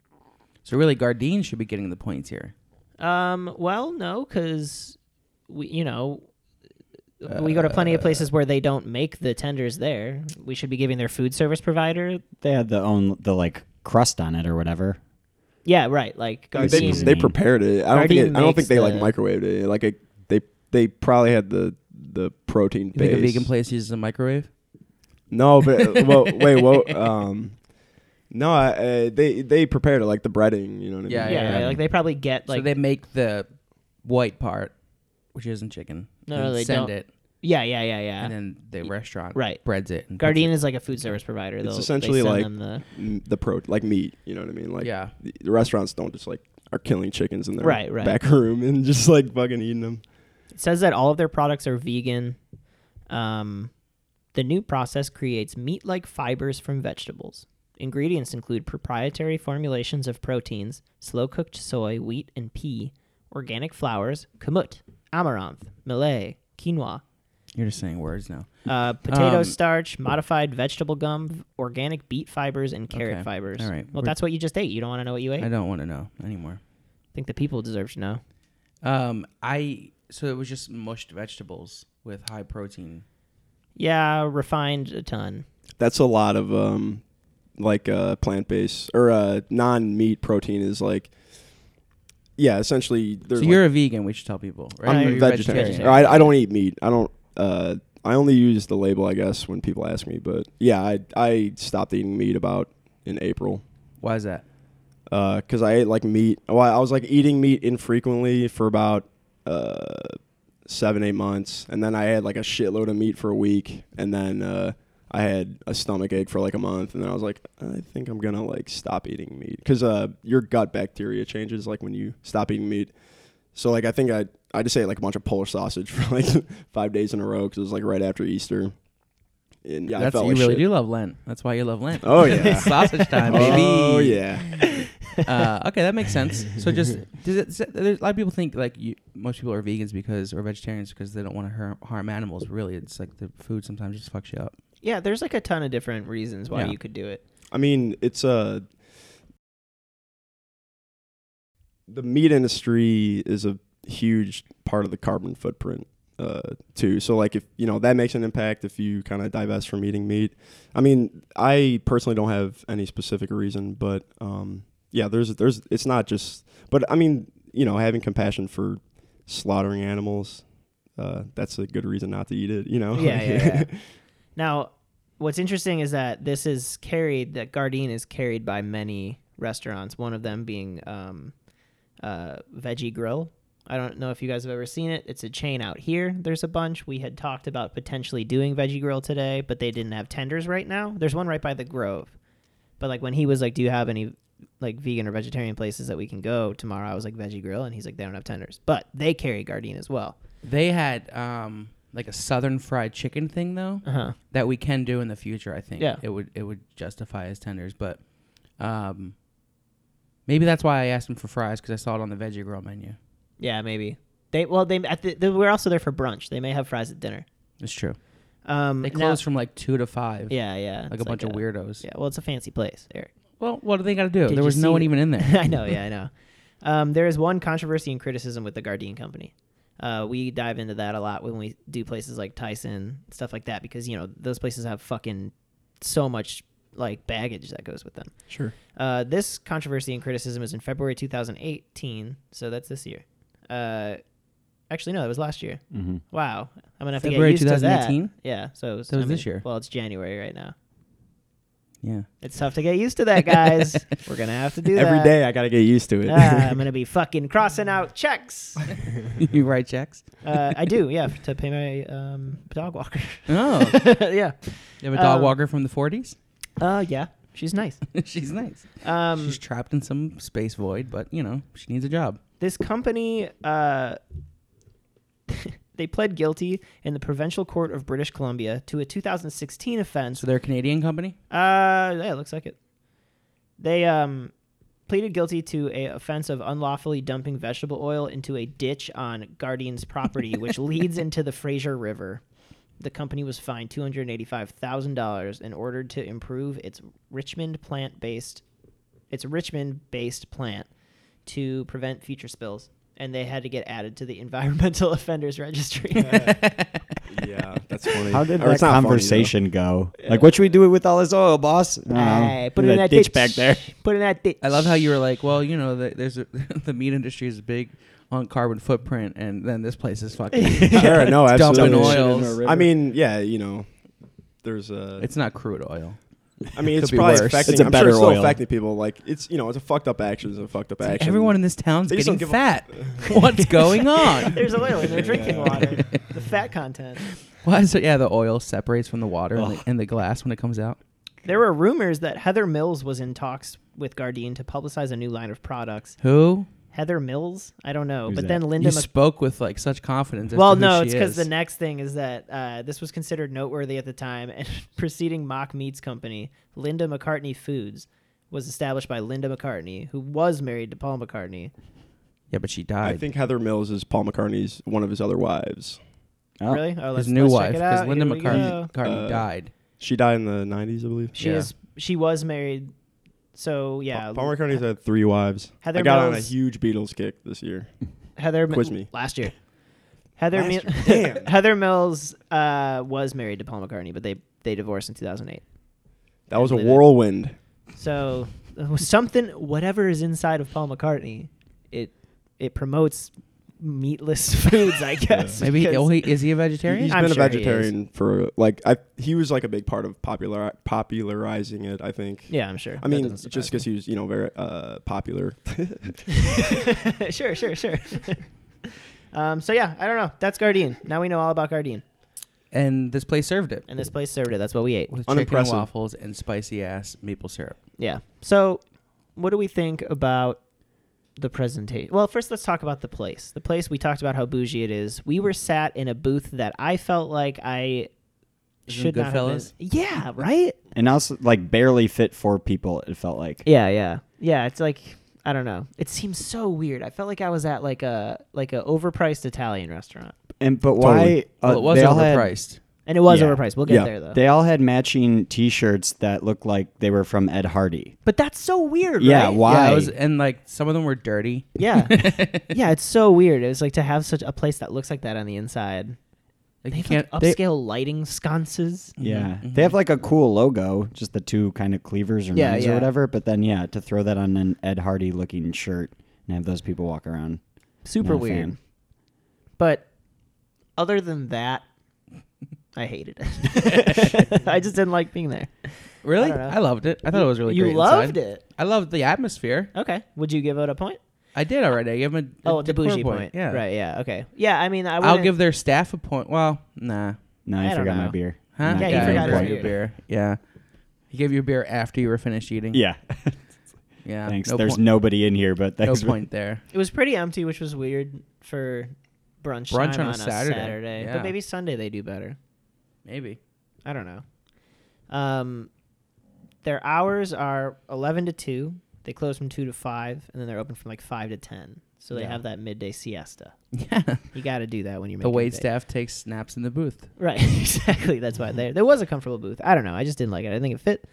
[SPEAKER 2] So really, Gardein should be getting the points here.
[SPEAKER 1] Um, well, no, because we you know we go to plenty of places where they don't make the tenders there. We should be giving their food service provider.
[SPEAKER 3] They had the own the like crust on it or whatever.
[SPEAKER 1] Yeah, right. Like
[SPEAKER 5] I mean, they,
[SPEAKER 1] Gardein.
[SPEAKER 5] they prepared it. I don't think.
[SPEAKER 1] Gardein
[SPEAKER 5] It, I don't think
[SPEAKER 1] makes
[SPEAKER 5] they like
[SPEAKER 1] the-
[SPEAKER 5] microwaved it. Like a, they they probably had the the protein
[SPEAKER 2] You think a
[SPEAKER 5] base.
[SPEAKER 2] vegan place uses a microwave?
[SPEAKER 5] No, but uh, well, wait, what? Um, no, I, uh, they they prepared it like the breading. You know what I
[SPEAKER 2] Yeah,
[SPEAKER 5] mean?
[SPEAKER 1] yeah,
[SPEAKER 2] yeah.
[SPEAKER 1] like they probably get like
[SPEAKER 2] so they make the white part, which isn't chicken.
[SPEAKER 1] No,
[SPEAKER 2] and
[SPEAKER 1] no, they
[SPEAKER 2] send
[SPEAKER 1] don't.
[SPEAKER 2] it,
[SPEAKER 1] yeah, yeah, yeah, yeah.
[SPEAKER 2] and then the restaurant
[SPEAKER 1] Right.
[SPEAKER 2] breads it. And
[SPEAKER 1] Gardein is like a food service provider. They'll- they
[SPEAKER 5] essentially
[SPEAKER 1] send
[SPEAKER 5] like-
[SPEAKER 1] them the,
[SPEAKER 5] M- the pro like meat. You know what I mean? Like
[SPEAKER 2] Yeah.
[SPEAKER 5] the, the restaurants don't just like are killing chickens in their
[SPEAKER 1] Right, right.
[SPEAKER 5] back room and just like fucking eating them.
[SPEAKER 1] It says that all of their products are vegan. Um, the new process creates meat like fibers from vegetables. Ingredients include proprietary formulations of proteins, slow cooked soy, wheat, and pea, organic flours, kamut, amaranth, millet, quinoa,
[SPEAKER 2] You're just saying words now.
[SPEAKER 1] uh, potato
[SPEAKER 2] Um,
[SPEAKER 1] starch, modified vegetable gum, organic beet fibers, and carrot
[SPEAKER 2] Okay.
[SPEAKER 1] fibers.
[SPEAKER 2] All right.
[SPEAKER 1] Well,
[SPEAKER 2] We're-
[SPEAKER 1] that's what you just ate. You don't want to know what you ate?
[SPEAKER 2] I
[SPEAKER 1] I
[SPEAKER 2] don't want to know anymore.
[SPEAKER 1] think the people deserve to know.
[SPEAKER 2] Um, I so it was just mushed vegetables with high protein.
[SPEAKER 1] Yeah, refined a ton.
[SPEAKER 5] That's a lot of um, like uh, plant based or uh, non meat protein is like. Yeah, essentially. There's
[SPEAKER 2] So
[SPEAKER 5] like,
[SPEAKER 2] you're a vegan. We should tell people. Right?
[SPEAKER 5] I'm
[SPEAKER 2] Or
[SPEAKER 5] a
[SPEAKER 2] you're
[SPEAKER 5] vegetarian. Or I, I don't eat meat. I don't. Uh, I only use the label, I guess, when people ask me. But yeah, I I stopped eating meat about in April
[SPEAKER 2] Why is that?
[SPEAKER 5] because Uh, I ate like meat. Well, I was like eating meat infrequently for about uh, seven eight months, and then I had like a shitload of meat for a week, and then uh, I had a stomach ache for like a month, and then I was like, I think I'm gonna like stop eating meat because uh, your gut bacteria changes like when you stop eating meat. So like I think I I just ate like a bunch of Polish sausage for like five days in a row because it was like right after Easter. And yeah, I
[SPEAKER 2] That's
[SPEAKER 5] felt
[SPEAKER 2] you
[SPEAKER 5] like
[SPEAKER 2] really
[SPEAKER 5] shit.
[SPEAKER 2] do love Lent. That's why you love Lent.
[SPEAKER 5] Oh, yeah.
[SPEAKER 2] sausage time, baby.
[SPEAKER 5] Oh yeah,
[SPEAKER 2] uh, okay, that makes sense. So just does it, does it- there's a lot of people think like you, most people are vegans because or vegetarians because they don't want to harm, harm animals. But really, it's like the food sometimes just fucks you up.
[SPEAKER 1] Yeah, there's like a ton of different reasons why
[SPEAKER 2] Yeah.
[SPEAKER 1] you could do it.
[SPEAKER 5] I mean, it's uh, the meat industry is a huge part of the carbon footprint uh, too. So like if you know that makes an impact if you kind of divest from eating meat. I mean, I personally don't have any specific reason, but um, yeah, there's there's it's not just, but I mean, you know, having compassion for slaughtering animals. Uh, that's a good reason not to eat it, you know.
[SPEAKER 1] Yeah, yeah, yeah. Now, what's interesting is that this is carried, that Gardein is carried by many restaurants, one of them being um, uh, Veggie Grill. I don't know if you guys have ever seen it. It's a chain out here. There's a bunch. We had talked about potentially doing Veggie Grill today, but they didn't have tenders right now. There's one right by the Grove. But like when he was like, "Do you have any like vegan or vegetarian places that we can go tomorrow. I was like Veggie Grill, and he's like they don't have tenders, but they carry Gardein as well.
[SPEAKER 2] They had um like a southern fried chicken thing though
[SPEAKER 1] Uh huh.
[SPEAKER 2] that we can do in the future. I think
[SPEAKER 1] Yeah.
[SPEAKER 2] it would it would justify as tenders, but um maybe that's why I asked him for fries because I saw it on the veggie grill menu.
[SPEAKER 1] Yeah, maybe they. Well, they, at the, they we're also there for brunch. They may have fries at dinner.
[SPEAKER 2] It's true.
[SPEAKER 1] Um,
[SPEAKER 2] They
[SPEAKER 1] now-
[SPEAKER 2] close from like two to five.
[SPEAKER 1] yeah, yeah.
[SPEAKER 2] like
[SPEAKER 1] it's
[SPEAKER 2] a bunch of weirdos.
[SPEAKER 1] Yeah, well, it's a fancy place, Eric.
[SPEAKER 2] Well, what do they got to do?
[SPEAKER 1] Did
[SPEAKER 2] there
[SPEAKER 1] you
[SPEAKER 2] was no
[SPEAKER 1] see-
[SPEAKER 2] one even in there.
[SPEAKER 1] I know, yeah, I know. Um, there is one controversy and criticism with the Gardein company. Uh, we dive into that a lot when we do places like Tyson, stuff like that, because you know those places have fucking so much like baggage that goes with them.
[SPEAKER 5] Sure.
[SPEAKER 1] Uh, this controversy and criticism is in February 2018, so that's this year. Uh, actually, no, that was last year.
[SPEAKER 3] Mhm.
[SPEAKER 1] Wow, I'm gonna have
[SPEAKER 2] February
[SPEAKER 1] to get used to
[SPEAKER 2] 2018?
[SPEAKER 1] that. Yeah, so it was,
[SPEAKER 2] That
[SPEAKER 1] I
[SPEAKER 2] was this
[SPEAKER 1] mean,
[SPEAKER 2] year.
[SPEAKER 1] Well, it's January right now.
[SPEAKER 2] yeah.
[SPEAKER 1] It's tough to get used to that, guys. We're gonna have to do
[SPEAKER 3] Every
[SPEAKER 1] that.
[SPEAKER 3] day I got to get used to it.
[SPEAKER 1] Ah, I'm gonna be fucking crossing out checks.
[SPEAKER 2] you write checks?
[SPEAKER 1] Uh, I do, yeah, to pay my um, dog walker.
[SPEAKER 2] Oh. you
[SPEAKER 1] yeah.
[SPEAKER 2] have a dog
[SPEAKER 1] Um,
[SPEAKER 2] walker from the 40s?
[SPEAKER 1] Uh, yeah, she's nice.
[SPEAKER 2] She's nice.
[SPEAKER 1] Um,
[SPEAKER 2] She's trapped in some space void, but, you know, she needs a job.
[SPEAKER 1] this company, uh, they pled guilty in the provincial court of British Columbia to a 2016 offense.
[SPEAKER 2] So they're a Canadian company?
[SPEAKER 1] Uh, yeah, it looks like it. They um pleaded guilty to a offense of unlawfully dumping vegetable oil into a ditch on Guardian's property, which leads into the Fraser River. The company was fined two hundred eighty-five thousand dollars and ordered to improve its Richmond plant-based, its Richmond-based plant to prevent future spills, and they had to get added to the environmental offenders registry.
[SPEAKER 5] Yeah, that's funny.
[SPEAKER 3] How did
[SPEAKER 5] Or
[SPEAKER 3] that
[SPEAKER 5] Oh, it's not funny, though.
[SPEAKER 3] conversation go? Like, what should we do with all this oil, boss? I don't know.
[SPEAKER 1] Hey, put it in that
[SPEAKER 3] ditch
[SPEAKER 1] ditch
[SPEAKER 3] back there.
[SPEAKER 1] Put it in that ditch.
[SPEAKER 2] I love how you were like, well, you know, the, there's a, the meat industry is big on carbon footprint, and then this place is fucking.
[SPEAKER 5] Sure, no,
[SPEAKER 2] dumping
[SPEAKER 5] absolutely.
[SPEAKER 2] oils.
[SPEAKER 5] I mean, yeah, you know, there's a.
[SPEAKER 2] It's not crude oil.
[SPEAKER 5] I mean,
[SPEAKER 2] could
[SPEAKER 5] it's
[SPEAKER 2] be
[SPEAKER 5] probably
[SPEAKER 2] worse.
[SPEAKER 5] affecting.
[SPEAKER 3] It's a
[SPEAKER 5] I'm
[SPEAKER 3] better
[SPEAKER 5] sure it's still
[SPEAKER 3] oil.
[SPEAKER 5] affecting people. Like it's you know, it's a fucked up action. It's a fucked up action.
[SPEAKER 2] Everyone in this town's
[SPEAKER 5] They just
[SPEAKER 2] getting
[SPEAKER 5] don't give a-
[SPEAKER 2] fat. What's going on?
[SPEAKER 1] There's oil in their drinking water. The fat content.
[SPEAKER 2] Why is it? Yeah, the oil separates from the water and the, and the glass when it comes out.
[SPEAKER 1] There were rumors that Heather Mills was in talks with Gardein to publicize a new line of products.
[SPEAKER 2] Who?
[SPEAKER 1] Heather Mills? I don't know.
[SPEAKER 3] Who's
[SPEAKER 1] but
[SPEAKER 3] that?
[SPEAKER 1] then
[SPEAKER 2] You
[SPEAKER 1] Linda. Mc-
[SPEAKER 2] spoke with like such confidence. As
[SPEAKER 1] well,
[SPEAKER 2] to who
[SPEAKER 1] no,
[SPEAKER 2] she
[SPEAKER 1] it's because
[SPEAKER 2] is.
[SPEAKER 1] the next thing is that uh, this was considered noteworthy at the time, and preceding Mock Meats Company, Linda McCartney Foods, was established by Linda McCartney, who was married to Paul McCartney.
[SPEAKER 2] Yeah, but she
[SPEAKER 5] I
[SPEAKER 2] died.
[SPEAKER 5] think Heather Mills is Paul McCartney's one of his other wives.
[SPEAKER 3] Oh.
[SPEAKER 1] Really? Oh, let's,
[SPEAKER 2] his new
[SPEAKER 1] let's
[SPEAKER 2] wife,
[SPEAKER 1] check it
[SPEAKER 2] because
[SPEAKER 1] out.
[SPEAKER 2] Linda
[SPEAKER 1] Here we
[SPEAKER 2] McCartney,
[SPEAKER 1] go.
[SPEAKER 2] McCartney
[SPEAKER 5] Uh,
[SPEAKER 2] died.
[SPEAKER 5] She died in the 90s, I believe.
[SPEAKER 1] She
[SPEAKER 2] Yeah.
[SPEAKER 1] is. She was married. So yeah, uh,
[SPEAKER 5] Paul McCartney's had three wives.
[SPEAKER 1] Heather
[SPEAKER 5] I got on a
[SPEAKER 1] Mills-
[SPEAKER 5] huge Beatles kick this year.
[SPEAKER 1] Heather
[SPEAKER 5] Quiz me.
[SPEAKER 1] last year. Heather
[SPEAKER 5] Last
[SPEAKER 1] Mil-
[SPEAKER 5] year, damn.
[SPEAKER 1] Heather Mills uh, was married to Paul McCartney, but they they divorced in 2008.
[SPEAKER 5] That was a
[SPEAKER 1] Definitely.
[SPEAKER 5] whirlwind.
[SPEAKER 1] So uh, something, whatever is inside of Paul McCartney, it it promotes meatless foods, I guess.
[SPEAKER 2] Maybe
[SPEAKER 1] because-
[SPEAKER 2] oh, he, is he a
[SPEAKER 5] He's
[SPEAKER 2] vegetarian?
[SPEAKER 1] I'm
[SPEAKER 5] been a
[SPEAKER 1] sure he
[SPEAKER 5] vegetarian for like I. He was like a big part of popular popularizing it. I think.
[SPEAKER 1] yeah, I'm sure.
[SPEAKER 5] I mean, just because he was, you know, very uh, popular.
[SPEAKER 1] because. sure, sure, sure. um. So yeah, I don't know. That's Guardian. Now we know all about Guardian,
[SPEAKER 2] and this place served it
[SPEAKER 1] and this place served it. That's what we ate.
[SPEAKER 2] with chicken and
[SPEAKER 5] Unimpressive.
[SPEAKER 2] waffles and spicy ass maple syrup.
[SPEAKER 1] Yeah. So, what do we think about the presentation? Well, first, let's talk about the place. The place we talked about how bougie it is. We were sat in a booth that I felt like I
[SPEAKER 2] Isn't
[SPEAKER 1] should not have been.
[SPEAKER 2] Goodfellas?
[SPEAKER 1] Yeah. Right.
[SPEAKER 3] And also, like, barely fit four people, it felt like.
[SPEAKER 1] yeah. Yeah. Yeah. It's like I don't know. It seems so weird. I felt like I was at like a like a overpriced Italian restaurant,
[SPEAKER 3] And But why?
[SPEAKER 5] Totally.
[SPEAKER 3] uh,
[SPEAKER 2] well, it was
[SPEAKER 3] they all had-
[SPEAKER 2] overpriced.
[SPEAKER 1] and it was
[SPEAKER 3] Yeah.
[SPEAKER 1] overpriced. We'll get
[SPEAKER 5] Yeah.
[SPEAKER 1] there though.
[SPEAKER 3] They all had matching T-shirts that looked like they were from Ed Hardy.
[SPEAKER 1] but that's so weird.
[SPEAKER 3] Yeah,
[SPEAKER 1] right?
[SPEAKER 3] why?
[SPEAKER 2] Yeah, it was, and like some of them were dirty.
[SPEAKER 1] Yeah. yeah. It's so weird. It was like to have such a place that looks like that on the inside.
[SPEAKER 2] Like
[SPEAKER 1] They
[SPEAKER 2] you
[SPEAKER 1] have
[SPEAKER 2] can't.
[SPEAKER 1] like,
[SPEAKER 2] they-
[SPEAKER 1] upscale lighting sconces.
[SPEAKER 3] Yeah, they have like a cool logo, just the two kind of cleavers or
[SPEAKER 1] Mm-hmm. Yeah,
[SPEAKER 3] knives
[SPEAKER 1] yeah.
[SPEAKER 3] or whatever. But then, yeah, to throw that on an Ed Hardy looking shirt and have those people walk around,
[SPEAKER 1] super
[SPEAKER 3] Not a
[SPEAKER 1] weird.
[SPEAKER 3] fan.
[SPEAKER 1] But other than that, I hated it. I just didn't like being there.
[SPEAKER 2] really,
[SPEAKER 1] I don't know.
[SPEAKER 2] I, loved it. I thought it was really.
[SPEAKER 1] you
[SPEAKER 2] great
[SPEAKER 1] loved
[SPEAKER 2] inside.
[SPEAKER 1] it.
[SPEAKER 2] I loved the atmosphere.
[SPEAKER 1] Okay. Would you give it a point?
[SPEAKER 2] I did already. I gave them a, a
[SPEAKER 1] oh, the
[SPEAKER 2] decor
[SPEAKER 1] bougie point.
[SPEAKER 2] Yeah,
[SPEAKER 1] Right. Yeah. Okay. Yeah. I mean, I
[SPEAKER 2] I'll
[SPEAKER 1] wouldn't-
[SPEAKER 2] give their staff a point. Well, nah.
[SPEAKER 3] no,
[SPEAKER 1] I
[SPEAKER 3] I,
[SPEAKER 1] don't
[SPEAKER 3] forgot my
[SPEAKER 1] know.
[SPEAKER 3] beer.
[SPEAKER 2] Huh?
[SPEAKER 3] Not
[SPEAKER 1] Yeah, he
[SPEAKER 3] getting
[SPEAKER 1] forgot
[SPEAKER 3] a
[SPEAKER 2] gave
[SPEAKER 1] his
[SPEAKER 2] you
[SPEAKER 3] point.
[SPEAKER 1] beer.
[SPEAKER 2] beer. Yeah. He gave you a beer after you were finished eating.
[SPEAKER 3] Yeah,
[SPEAKER 2] Yeah.
[SPEAKER 3] Thanks.
[SPEAKER 2] No
[SPEAKER 3] There's
[SPEAKER 2] point,
[SPEAKER 3] nobody in here, but
[SPEAKER 2] no
[SPEAKER 3] thanks.
[SPEAKER 2] point there.
[SPEAKER 1] It was pretty empty, which was weird for brunch,
[SPEAKER 2] Brunch
[SPEAKER 1] time
[SPEAKER 2] on a Saturday, yeah.
[SPEAKER 1] But maybe Sunday they do better.
[SPEAKER 2] Maybe.
[SPEAKER 1] I don't know. Um, their hours are 11 to 2. They close from 2 to 5, and then they're open from like 5 to 10. So they
[SPEAKER 2] Yeah.
[SPEAKER 1] have that midday siesta.
[SPEAKER 2] Yeah.
[SPEAKER 1] You got to do that when you're
[SPEAKER 2] The
[SPEAKER 1] making
[SPEAKER 2] wait
[SPEAKER 1] big-
[SPEAKER 2] staff takes snaps in the booth.
[SPEAKER 1] Right, exactly. That's why there there was a comfortable booth. I don't know. I just didn't like it. I think it fit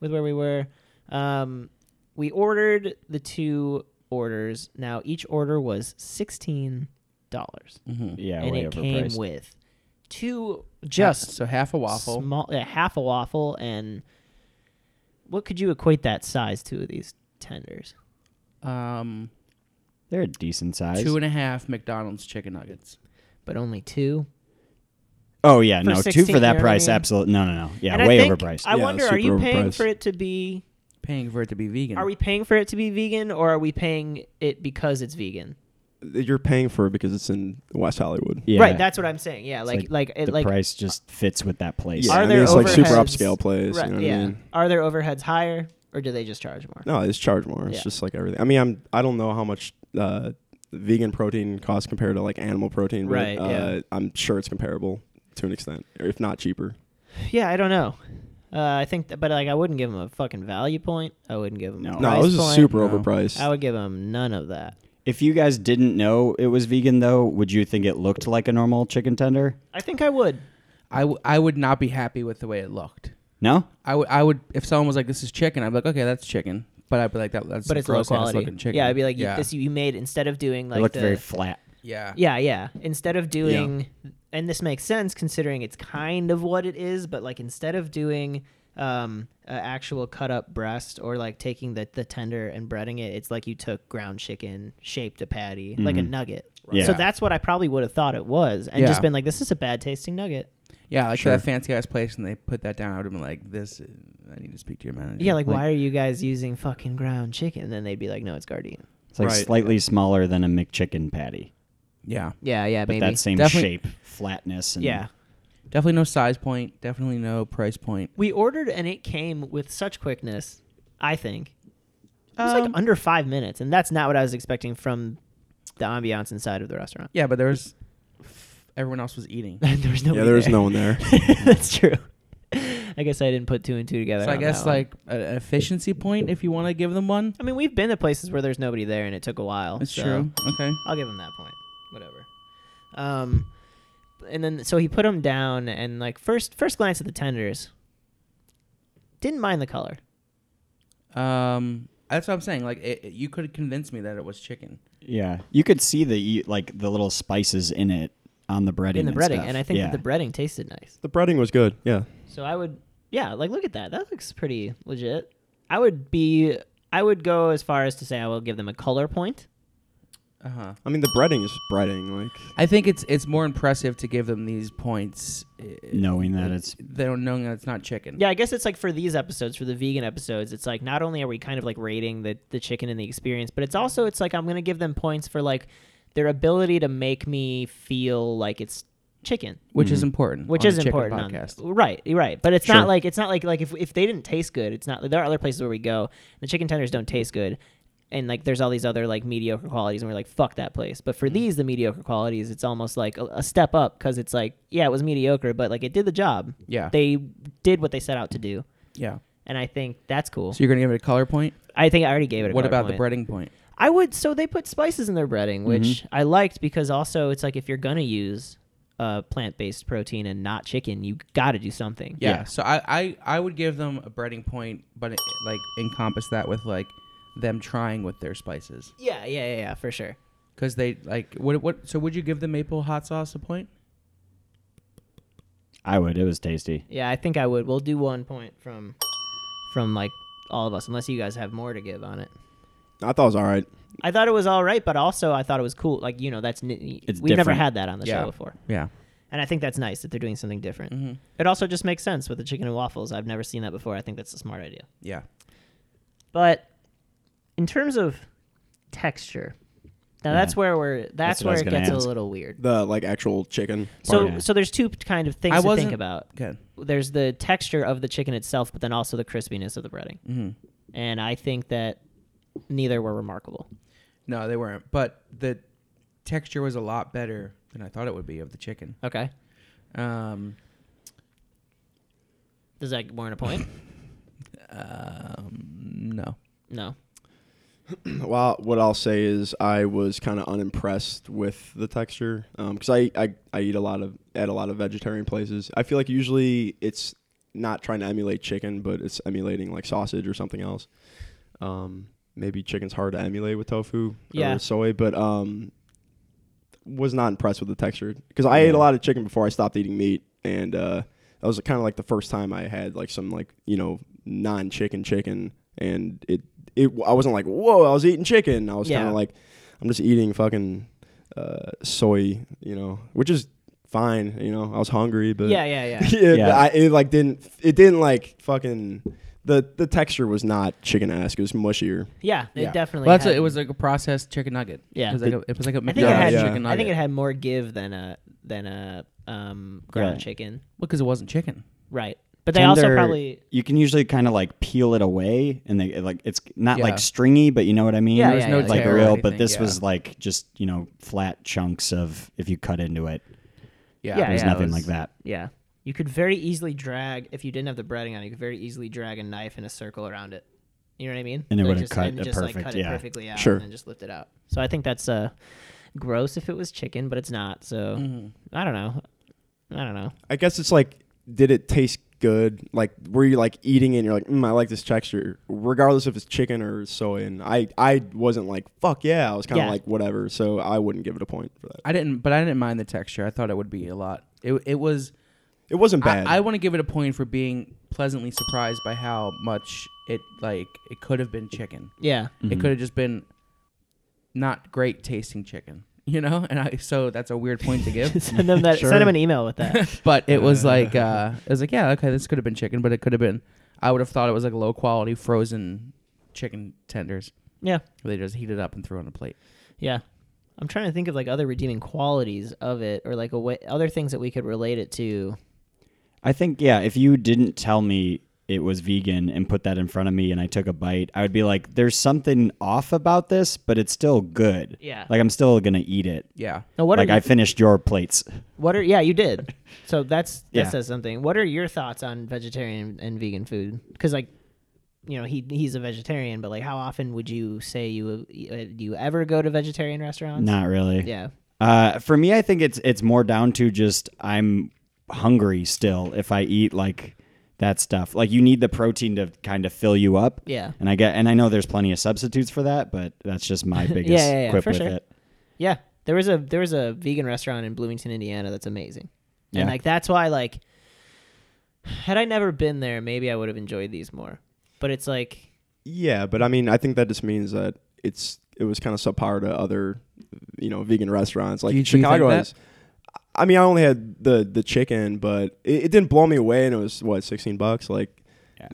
[SPEAKER 1] with where we were. Um, we ordered the two orders. Now each order was sixteen dollars,
[SPEAKER 3] Yeah,
[SPEAKER 1] and
[SPEAKER 3] way
[SPEAKER 1] it came
[SPEAKER 3] overpriced.
[SPEAKER 1] with two just
[SPEAKER 2] so half a waffle.
[SPEAKER 1] small, yeah, half a waffle, and what could you equate that size to of these tenders?
[SPEAKER 2] um,
[SPEAKER 3] They're a decent size.
[SPEAKER 2] two and a half McDonald's chicken nuggets.
[SPEAKER 1] But only two.
[SPEAKER 3] oh yeah,
[SPEAKER 1] for
[SPEAKER 3] no, two
[SPEAKER 1] 16,
[SPEAKER 3] for
[SPEAKER 1] you know
[SPEAKER 3] that
[SPEAKER 1] what I
[SPEAKER 3] price.
[SPEAKER 1] mean?
[SPEAKER 3] Absolutely, no, no, no. Yeah,
[SPEAKER 1] And I
[SPEAKER 3] way
[SPEAKER 1] think-
[SPEAKER 3] overpriced.
[SPEAKER 1] I
[SPEAKER 5] Yeah,
[SPEAKER 1] wonder, are
[SPEAKER 5] super
[SPEAKER 1] you paying
[SPEAKER 5] overpriced.
[SPEAKER 1] for it to be?
[SPEAKER 2] Paying for it to be vegan.
[SPEAKER 1] Are we paying for it to be vegan, or are we paying it because it's vegan?
[SPEAKER 5] You're paying for it because it's in West Hollywood.
[SPEAKER 3] yeah,
[SPEAKER 1] Right, that's what I'm saying. Yeah, like
[SPEAKER 3] like
[SPEAKER 1] like it,
[SPEAKER 3] the
[SPEAKER 1] like
[SPEAKER 3] price just fits with that place.
[SPEAKER 5] Yeah,
[SPEAKER 1] Are
[SPEAKER 5] I mean,
[SPEAKER 1] there
[SPEAKER 5] it's like super
[SPEAKER 1] overheads-
[SPEAKER 5] upscale place.
[SPEAKER 1] Right,
[SPEAKER 5] you know what
[SPEAKER 1] yeah.
[SPEAKER 5] I mean?
[SPEAKER 1] Are their overheads higher or do they just charge more?
[SPEAKER 5] No, it's charge more. It's
[SPEAKER 1] Yeah.
[SPEAKER 5] just like everything. I mean, I'm I don't know how much uh, vegan protein costs compared to like animal protein, but
[SPEAKER 1] Right,
[SPEAKER 5] uh,
[SPEAKER 1] yeah.
[SPEAKER 5] I'm sure it's comparable to an extent, or if not cheaper.
[SPEAKER 1] Yeah, I don't know. Uh, I think, th- but like, I wouldn't give them a fucking value point. I wouldn't give them.
[SPEAKER 3] No.
[SPEAKER 1] a
[SPEAKER 5] No,
[SPEAKER 1] price
[SPEAKER 5] it was
[SPEAKER 1] point.
[SPEAKER 5] just super
[SPEAKER 2] No.
[SPEAKER 5] overpriced.
[SPEAKER 1] I would give them none of that.
[SPEAKER 3] If you guys didn't know it was vegan, though, would you think it looked like a normal chicken tender?
[SPEAKER 1] I think I would.
[SPEAKER 2] I, w- I would not be happy with the way it looked.
[SPEAKER 3] No.
[SPEAKER 2] I would I would if someone was like this is chicken I'd be like okay that's chicken but I'd be like that that's
[SPEAKER 1] but
[SPEAKER 2] a
[SPEAKER 1] it's low
[SPEAKER 2] gross-ass
[SPEAKER 1] quality.
[SPEAKER 2] looking chicken
[SPEAKER 1] Yeah, I'd be like, you-
[SPEAKER 2] yeah
[SPEAKER 1] this you made instead of doing like
[SPEAKER 3] it looked
[SPEAKER 1] the
[SPEAKER 3] very flat.
[SPEAKER 2] yeah
[SPEAKER 1] yeah yeah instead of doing and this makes sense considering it's kind of what it is, but like instead of doing um a actual cut up breast or like taking the the tender and breading it, it's like you took ground chicken, shaped a patty like a nugget.
[SPEAKER 3] Yeah.
[SPEAKER 1] So that's what I probably would have thought it was, and
[SPEAKER 2] Yeah.
[SPEAKER 1] just been like, this is a bad tasting nugget.
[SPEAKER 2] yeah like that fancy ass place and they put that down I would have been like this is- I need to speak to your manager
[SPEAKER 1] Yeah, like, why are you guys using fucking ground chicken? And then they'd be like, no, it's Gardein.
[SPEAKER 3] It's like
[SPEAKER 2] Right.
[SPEAKER 3] slightly smaller than a McChicken patty,
[SPEAKER 2] yeah
[SPEAKER 1] Yeah, yeah,
[SPEAKER 3] but
[SPEAKER 1] maybe.
[SPEAKER 3] that same
[SPEAKER 2] Definitely-
[SPEAKER 3] shape, flatness. And
[SPEAKER 1] yeah.
[SPEAKER 2] definitely no size point definitely no price point
[SPEAKER 1] We ordered and it came with such quickness, I think. It was
[SPEAKER 2] Um,
[SPEAKER 1] like under five minutes, and that's not what I was expecting from the ambiance inside of the restaurant.
[SPEAKER 2] yeah but there was everyone else was eating
[SPEAKER 1] there was no
[SPEAKER 5] yeah, there was no one there.
[SPEAKER 1] that's true. I guess I didn't put two and two together.
[SPEAKER 2] so I
[SPEAKER 1] on
[SPEAKER 2] guess
[SPEAKER 1] that one.
[SPEAKER 2] like a- an efficiency point if you want to give them one
[SPEAKER 1] I mean, we've been to places where there's nobody there and it took a while.
[SPEAKER 2] it's
[SPEAKER 1] so
[SPEAKER 2] true okay
[SPEAKER 1] I'll give him that point. Whatever. Um, and then so he put him down, and like first first glance at the tenders, didn't mind the color.
[SPEAKER 2] um that's what I'm saying like it, it- you could convince me that it was chicken
[SPEAKER 3] yeah, you could see the like the little spices in it on the breading.
[SPEAKER 1] in the
[SPEAKER 3] and
[SPEAKER 1] breading,
[SPEAKER 3] stuff.
[SPEAKER 1] and I think
[SPEAKER 3] Yeah.
[SPEAKER 1] that the breading tasted nice.
[SPEAKER 5] the breading was good. Yeah,
[SPEAKER 1] So I would, yeah, like look at that. That looks pretty legit. I would be, I would go as far as to say I will give them a color point.
[SPEAKER 2] uh huh
[SPEAKER 5] I mean the breading is breading. Like
[SPEAKER 2] I think it's it's more impressive to give them these points uh,
[SPEAKER 3] knowing that it's
[SPEAKER 2] they don't knowing that it's not chicken.
[SPEAKER 1] Yeah, I guess it's like for these episodes, for the vegan episodes, it's like not only are we kind of like rating the the chicken and the experience, but it's also it's like I'm gonna give them points for like their ability to make me feel like it's chicken.
[SPEAKER 2] which is important.
[SPEAKER 1] Which
[SPEAKER 2] on a
[SPEAKER 1] is
[SPEAKER 2] chicken
[SPEAKER 1] important, on-
[SPEAKER 2] Podcast.
[SPEAKER 1] right? Right, but it's
[SPEAKER 2] Sure.
[SPEAKER 1] not like it's not like like if if they didn't taste good, it's not. There are other places where we go, and the chicken tenders don't taste good, and like there's all these other like mediocre qualities, and we're like fuck that place. But
[SPEAKER 2] Mm.
[SPEAKER 1] for these, the mediocre qualities, it's almost like a, a step up because it's like yeah, it was mediocre, but like it did the job.
[SPEAKER 2] Yeah.
[SPEAKER 1] they did what they set out to do,
[SPEAKER 2] yeah.
[SPEAKER 1] and I think that's cool.
[SPEAKER 2] So you're gonna give it a color point.
[SPEAKER 1] I think I already gave it. a
[SPEAKER 2] what
[SPEAKER 1] color point.
[SPEAKER 2] about the breading point?
[SPEAKER 1] I would. So they put spices in their breading, which I liked because also it's like if you're gonna use uh, plant-based protein and not chicken, you got to do something.
[SPEAKER 2] Yeah. So I, I I would give them a breading point, but it, like encompass that with like them trying with their spices
[SPEAKER 1] Yeah, yeah, yeah, yeah, for sure.
[SPEAKER 2] because they like what what. So would you give the maple hot sauce a point?
[SPEAKER 3] I would. It was tasty.
[SPEAKER 1] Yeah, I think I would. We'll do one point from from like all of us, unless you guys have more to give on it.
[SPEAKER 5] I thought it was all right.
[SPEAKER 1] I thought it was all right, but also I thought it was cool. Like you know, that's n-
[SPEAKER 3] It's
[SPEAKER 1] we've never
[SPEAKER 3] different.
[SPEAKER 1] had that on the
[SPEAKER 2] Yeah. Mm-hmm.
[SPEAKER 1] show before,
[SPEAKER 2] Yeah.
[SPEAKER 1] and I think that's nice that they're doing something different. It also just makes sense with the chicken and waffles. I've never seen that before. I think that's a smart idea.
[SPEAKER 2] Yeah.
[SPEAKER 1] But in terms of texture, now that's where we're that's,
[SPEAKER 3] That's what I
[SPEAKER 1] where
[SPEAKER 3] was
[SPEAKER 1] it
[SPEAKER 3] gonna
[SPEAKER 1] gets a
[SPEAKER 3] ask.
[SPEAKER 1] little weird.
[SPEAKER 5] The like actual chicken.
[SPEAKER 1] So
[SPEAKER 3] yeah.
[SPEAKER 1] so there's two kind of
[SPEAKER 2] I
[SPEAKER 1] things to
[SPEAKER 2] wasn't-
[SPEAKER 1] think about.
[SPEAKER 2] Okay.
[SPEAKER 1] there's the texture of the chicken itself, but then also the crispiness of the breading. Mm-hmm. And I think that neither were remarkable.
[SPEAKER 2] No, they weren't. But the texture was a lot better than I thought it would be of the chicken.
[SPEAKER 1] Okay.
[SPEAKER 2] Um,
[SPEAKER 1] Does that warrant a point?
[SPEAKER 2] no.
[SPEAKER 1] No.
[SPEAKER 5] Well, what I'll say is I was kind of unimpressed with the texture because I, I I eat a lot of at a lot of vegetarian places. I feel like usually it's not trying to emulate chicken, but it's emulating like sausage or something else. Um, maybe chicken's hard to emulate with tofu
[SPEAKER 1] Yeah.
[SPEAKER 5] or soy, but um, was not impressed with the texture because I ate a lot of chicken before I stopped eating meat, and uh, that was kind of like the first time I had like some like you know non chicken chicken, and it it I wasn't like whoa I was eating chicken. I was kind
[SPEAKER 1] Yeah.
[SPEAKER 5] of like I'm just eating fucking uh, soy, you know, which is fine. You know, I was hungry,
[SPEAKER 3] Uh,
[SPEAKER 5] but
[SPEAKER 1] Yeah, yeah, yeah.
[SPEAKER 5] yeah,
[SPEAKER 3] Yeah.
[SPEAKER 5] I, it like didn't it didn't like fucking the the texture was not chicken esque. It was mushier.
[SPEAKER 1] Yeah, it
[SPEAKER 2] Yeah.
[SPEAKER 1] definitely.
[SPEAKER 2] Well, that's
[SPEAKER 1] had-
[SPEAKER 2] a, it was like a processed chicken nugget.
[SPEAKER 1] Yeah.
[SPEAKER 2] it was like a, it was like a
[SPEAKER 1] I think it
[SPEAKER 2] McDonald's
[SPEAKER 1] had.
[SPEAKER 5] yeah.
[SPEAKER 2] chicken nugget.
[SPEAKER 1] I think it had more give than a than a um, ground
[SPEAKER 3] Right.
[SPEAKER 1] chicken.
[SPEAKER 2] because it wasn't chicken.
[SPEAKER 1] Right. But they also
[SPEAKER 3] Tender-
[SPEAKER 1] probably.
[SPEAKER 3] you can usually kind of like peel it away, and they like it's not
[SPEAKER 2] Yeah.
[SPEAKER 3] like stringy, but you know what I mean.
[SPEAKER 1] Yeah, There
[SPEAKER 2] was yeah, no yeah,
[SPEAKER 3] like
[SPEAKER 2] tear or
[SPEAKER 3] real,
[SPEAKER 2] anything,
[SPEAKER 3] but this
[SPEAKER 2] yeah.
[SPEAKER 3] was like just you know flat chunks of if you cut into it,
[SPEAKER 2] Yeah,
[SPEAKER 1] Yeah,
[SPEAKER 3] there's
[SPEAKER 1] yeah, it
[SPEAKER 3] nothing
[SPEAKER 2] was-
[SPEAKER 3] like that.
[SPEAKER 1] Yeah. You could very easily drag if you didn't have the breading on. it, You could very easily drag a knife in a circle around it. You know what I mean?
[SPEAKER 3] And it
[SPEAKER 1] Like,
[SPEAKER 3] would've
[SPEAKER 1] just-
[SPEAKER 3] cut
[SPEAKER 1] and
[SPEAKER 3] it
[SPEAKER 1] just, like,
[SPEAKER 3] perfect,
[SPEAKER 1] cut it
[SPEAKER 3] yeah.
[SPEAKER 1] perfectly out
[SPEAKER 5] Sure.
[SPEAKER 1] and then just lift it out. So I think that's uh, gross if it was chicken, but it's not. So I don't know. I don't know.
[SPEAKER 5] I guess it's like, did it taste good? Like, were you like eating it? and You're like, mm, I like this texture, regardless if it's chicken or soy. And I, I wasn't like, fuck yeah. I was kind of
[SPEAKER 1] Yeah.
[SPEAKER 5] like, whatever. So I wouldn't give it a point for that.
[SPEAKER 2] I didn't, but I didn't mind the texture. I thought it would be a lot. It it was.
[SPEAKER 5] It wasn't bad.
[SPEAKER 2] I, I want to give it a point for being pleasantly surprised by how much it like it could have been chicken.
[SPEAKER 1] Yeah.
[SPEAKER 2] It could have just been not great tasting chicken, you know. And I so that's a weird point to give.
[SPEAKER 1] send them that.
[SPEAKER 5] Sure.
[SPEAKER 1] Send them an email with that.
[SPEAKER 2] but it was like uh, it was like yeah okay this could have been chicken, but it could have been I would have thought it was like low quality frozen chicken tenders.
[SPEAKER 1] yeah.
[SPEAKER 2] They just heated up and threw on a plate.
[SPEAKER 1] Yeah. I'm trying to think of like other redeeming qualities of it or like a way, other things that we could relate it to.
[SPEAKER 3] I think yeah, if you didn't tell me it was vegan and put that in front of me and I took a bite, I would be like, there's something off about this, but it's still good.
[SPEAKER 1] Yeah.
[SPEAKER 3] like I'm still gonna eat it.
[SPEAKER 2] Yeah.
[SPEAKER 1] Now, what
[SPEAKER 3] like
[SPEAKER 1] are
[SPEAKER 3] I
[SPEAKER 1] you,
[SPEAKER 3] finished your plates.
[SPEAKER 1] what are yeah you did, so that's that
[SPEAKER 3] Yeah.
[SPEAKER 1] says something. What are your thoughts on vegetarian and vegan food? Because like, you know he he's a vegetarian, but like how often would you say you uh, do you ever go to vegetarian restaurants?
[SPEAKER 3] Not really.
[SPEAKER 1] Yeah.
[SPEAKER 3] Uh, for me, I think it's it's more down to just I'm hungry still if I eat like that stuff. Like you need the protein to kind of fill you up.
[SPEAKER 1] Yeah.
[SPEAKER 3] And I get and I know there's plenty of substitutes for that, but that's just my biggest
[SPEAKER 1] yeah, yeah,
[SPEAKER 3] quip
[SPEAKER 1] for
[SPEAKER 3] with
[SPEAKER 1] sure.
[SPEAKER 3] it.
[SPEAKER 1] Yeah, there was a there was a vegan restaurant in Bloomington, Indiana that's amazing,
[SPEAKER 3] Yeah.
[SPEAKER 1] and like that's why like had I never been there, maybe I would have enjoyed these more. But it's like
[SPEAKER 5] yeah. But I mean, I think that just means that it's, it was kind of subpar to other, you know, vegan restaurants. Like
[SPEAKER 2] you- do you
[SPEAKER 5] Chicago
[SPEAKER 2] think that?
[SPEAKER 5] has. I mean, I only had the the chicken, but it, it didn't blow me away, and it was what sixteen bucks. Like,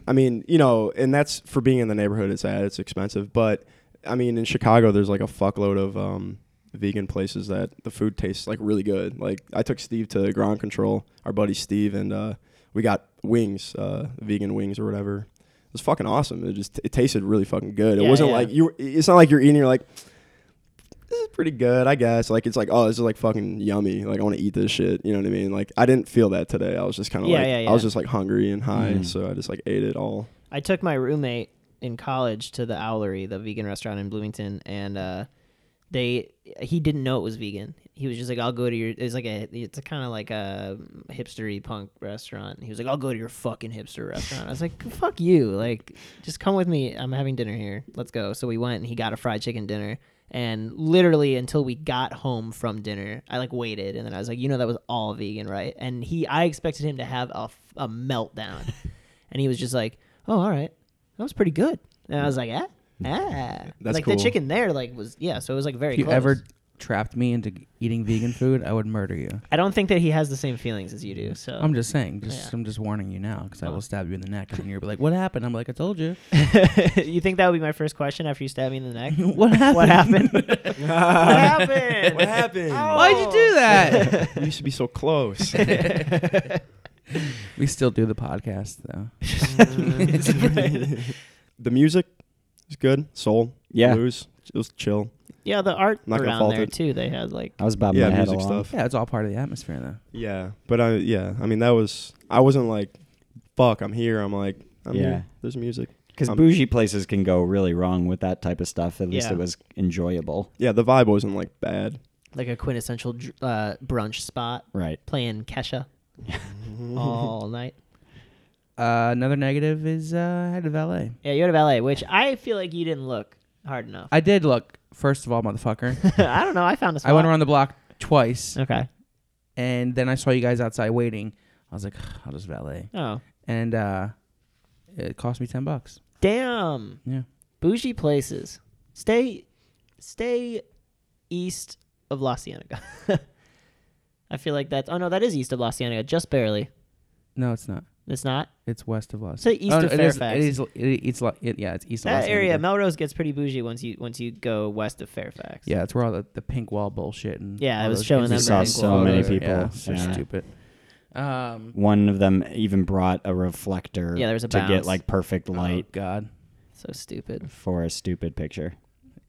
[SPEAKER 5] I mean, you know, and that's for being in the neighborhood. It's at it's expensive, but I mean, in Chicago, there's like a fuckload of um, vegan places that the food tastes like really good. Like, I took Steve to Ground Control, our buddy Steve, and uh, we got wings, uh, vegan wings or whatever. It was fucking awesome. It just it tasted really fucking good.
[SPEAKER 1] Yeah,
[SPEAKER 5] it wasn't
[SPEAKER 1] yeah.
[SPEAKER 5] like you. It's not like you're eating. You're like, this is pretty good, I guess. Like it's like, oh, this is like fucking yummy. Like I want to eat this shit. You know what I mean? Like I didn't feel that today. I was just kind of
[SPEAKER 1] Yeah,
[SPEAKER 5] like,
[SPEAKER 1] yeah, yeah.
[SPEAKER 5] I was just like hungry and high, so I just like ate it all.
[SPEAKER 1] I took my roommate in college to the Owlery, the vegan restaurant in Bloomington, and uh, they he didn't know it was vegan. He was just like, "I'll go to your." It's like a it's a kind of like a um, hipstery punk restaurant. He was like, "I'll go to your fucking hipster restaurant." I was like, "Fuck you! Like, just come with me. I'm having dinner here. Let's go." So we went, and he got a fried chicken dinner. And literally until we got home from dinner, I like waited, and then I was like, "You know, that was all vegan, right?" And he, I expected him to have a, f- a meltdown. and he was just like, "Oh, all right, that was pretty good." And I was like, "Ah, ah."
[SPEAKER 5] That's
[SPEAKER 1] like the
[SPEAKER 5] cool.
[SPEAKER 1] chicken there, like was yeah. So it was like very.
[SPEAKER 2] If you
[SPEAKER 1] close.
[SPEAKER 2] ever trapped me into eating vegan food, I would murder you.
[SPEAKER 1] I don't think that he has the same feelings as you do. So
[SPEAKER 2] I'm just saying. Just
[SPEAKER 1] Yeah.
[SPEAKER 2] I'm just warning you now because I will stab you in the neck, and you'll be like, "What happened?" I'm like, "I told you."
[SPEAKER 1] you think that would be my first question after you stab me in the neck?
[SPEAKER 2] what happened?
[SPEAKER 1] what happened? what happened?
[SPEAKER 5] What happened?
[SPEAKER 2] Why'd you do that?
[SPEAKER 5] you used to be so close.
[SPEAKER 2] we still do the podcast though.
[SPEAKER 5] the music is good, soul.
[SPEAKER 3] Yeah.
[SPEAKER 5] Lose. Just chill.
[SPEAKER 1] Yeah, the art
[SPEAKER 5] Not gonna
[SPEAKER 1] around
[SPEAKER 5] fault
[SPEAKER 1] there
[SPEAKER 5] it.
[SPEAKER 1] too. They had like
[SPEAKER 3] I was bobbing
[SPEAKER 5] yeah,
[SPEAKER 3] my head
[SPEAKER 5] music
[SPEAKER 3] along.
[SPEAKER 5] stuff.
[SPEAKER 2] Yeah, it's all part of the atmosphere, though.
[SPEAKER 5] Yeah, but I yeah, I mean that was I wasn't like, fuck, I'm here. I'm like, I'm
[SPEAKER 3] Yeah.
[SPEAKER 5] here. There's music.
[SPEAKER 3] Because
[SPEAKER 5] Um,
[SPEAKER 3] bougie places can go really wrong with that type of stuff. At least
[SPEAKER 1] Yeah.
[SPEAKER 3] it was enjoyable.
[SPEAKER 5] Yeah, the vibe wasn't like bad.
[SPEAKER 1] like a quintessential dr- uh, brunch spot
[SPEAKER 3] Right.
[SPEAKER 1] playing Kesha all night.
[SPEAKER 2] Uh, another negative is uh, Head of LA.
[SPEAKER 1] Yeah, you go to ballet, which I feel like you didn't look hard enough.
[SPEAKER 2] I did look, first of all, motherfucker.
[SPEAKER 1] I don't know. I found a spot.
[SPEAKER 2] I went around the block twice,
[SPEAKER 1] Okay.
[SPEAKER 2] and then I saw you guys outside waiting. I was like, I'll just valet.
[SPEAKER 1] Oh,
[SPEAKER 2] And uh, it cost me 10 bucks.
[SPEAKER 1] damn.
[SPEAKER 2] Yeah.
[SPEAKER 1] Bougie places. Stay, stay east of La Cienega. I feel like that's. Oh no, that is east of La Cienega, just barely.
[SPEAKER 2] No, it's not.
[SPEAKER 1] It's not.
[SPEAKER 2] It's west of Los.
[SPEAKER 1] Say east of
[SPEAKER 2] it is-
[SPEAKER 1] Fairfax.
[SPEAKER 2] It is, it- it's Lo- it- yeah, it's east of
[SPEAKER 1] That
[SPEAKER 2] Los
[SPEAKER 1] area,
[SPEAKER 2] Angeles.
[SPEAKER 1] Melrose gets pretty bougie once you once you go west of Fairfax.
[SPEAKER 2] Yeah, it's where all the, the pink wall bullshit and
[SPEAKER 1] Yeah, I
[SPEAKER 2] all
[SPEAKER 1] was
[SPEAKER 2] those
[SPEAKER 1] showing
[SPEAKER 2] kids
[SPEAKER 1] them
[SPEAKER 2] are
[SPEAKER 1] that
[SPEAKER 2] pink
[SPEAKER 1] as
[SPEAKER 3] so
[SPEAKER 2] wall.
[SPEAKER 3] many
[SPEAKER 2] Those are-
[SPEAKER 3] people.
[SPEAKER 2] Yeah, so
[SPEAKER 3] Yeah.
[SPEAKER 2] stupid. Um,
[SPEAKER 3] One of them even brought a reflector
[SPEAKER 1] Yeah, there was a
[SPEAKER 3] to
[SPEAKER 1] bounce. Uh-huh.
[SPEAKER 3] get like perfect light
[SPEAKER 2] oh, God,
[SPEAKER 1] So stupid.
[SPEAKER 3] for a stupid picture.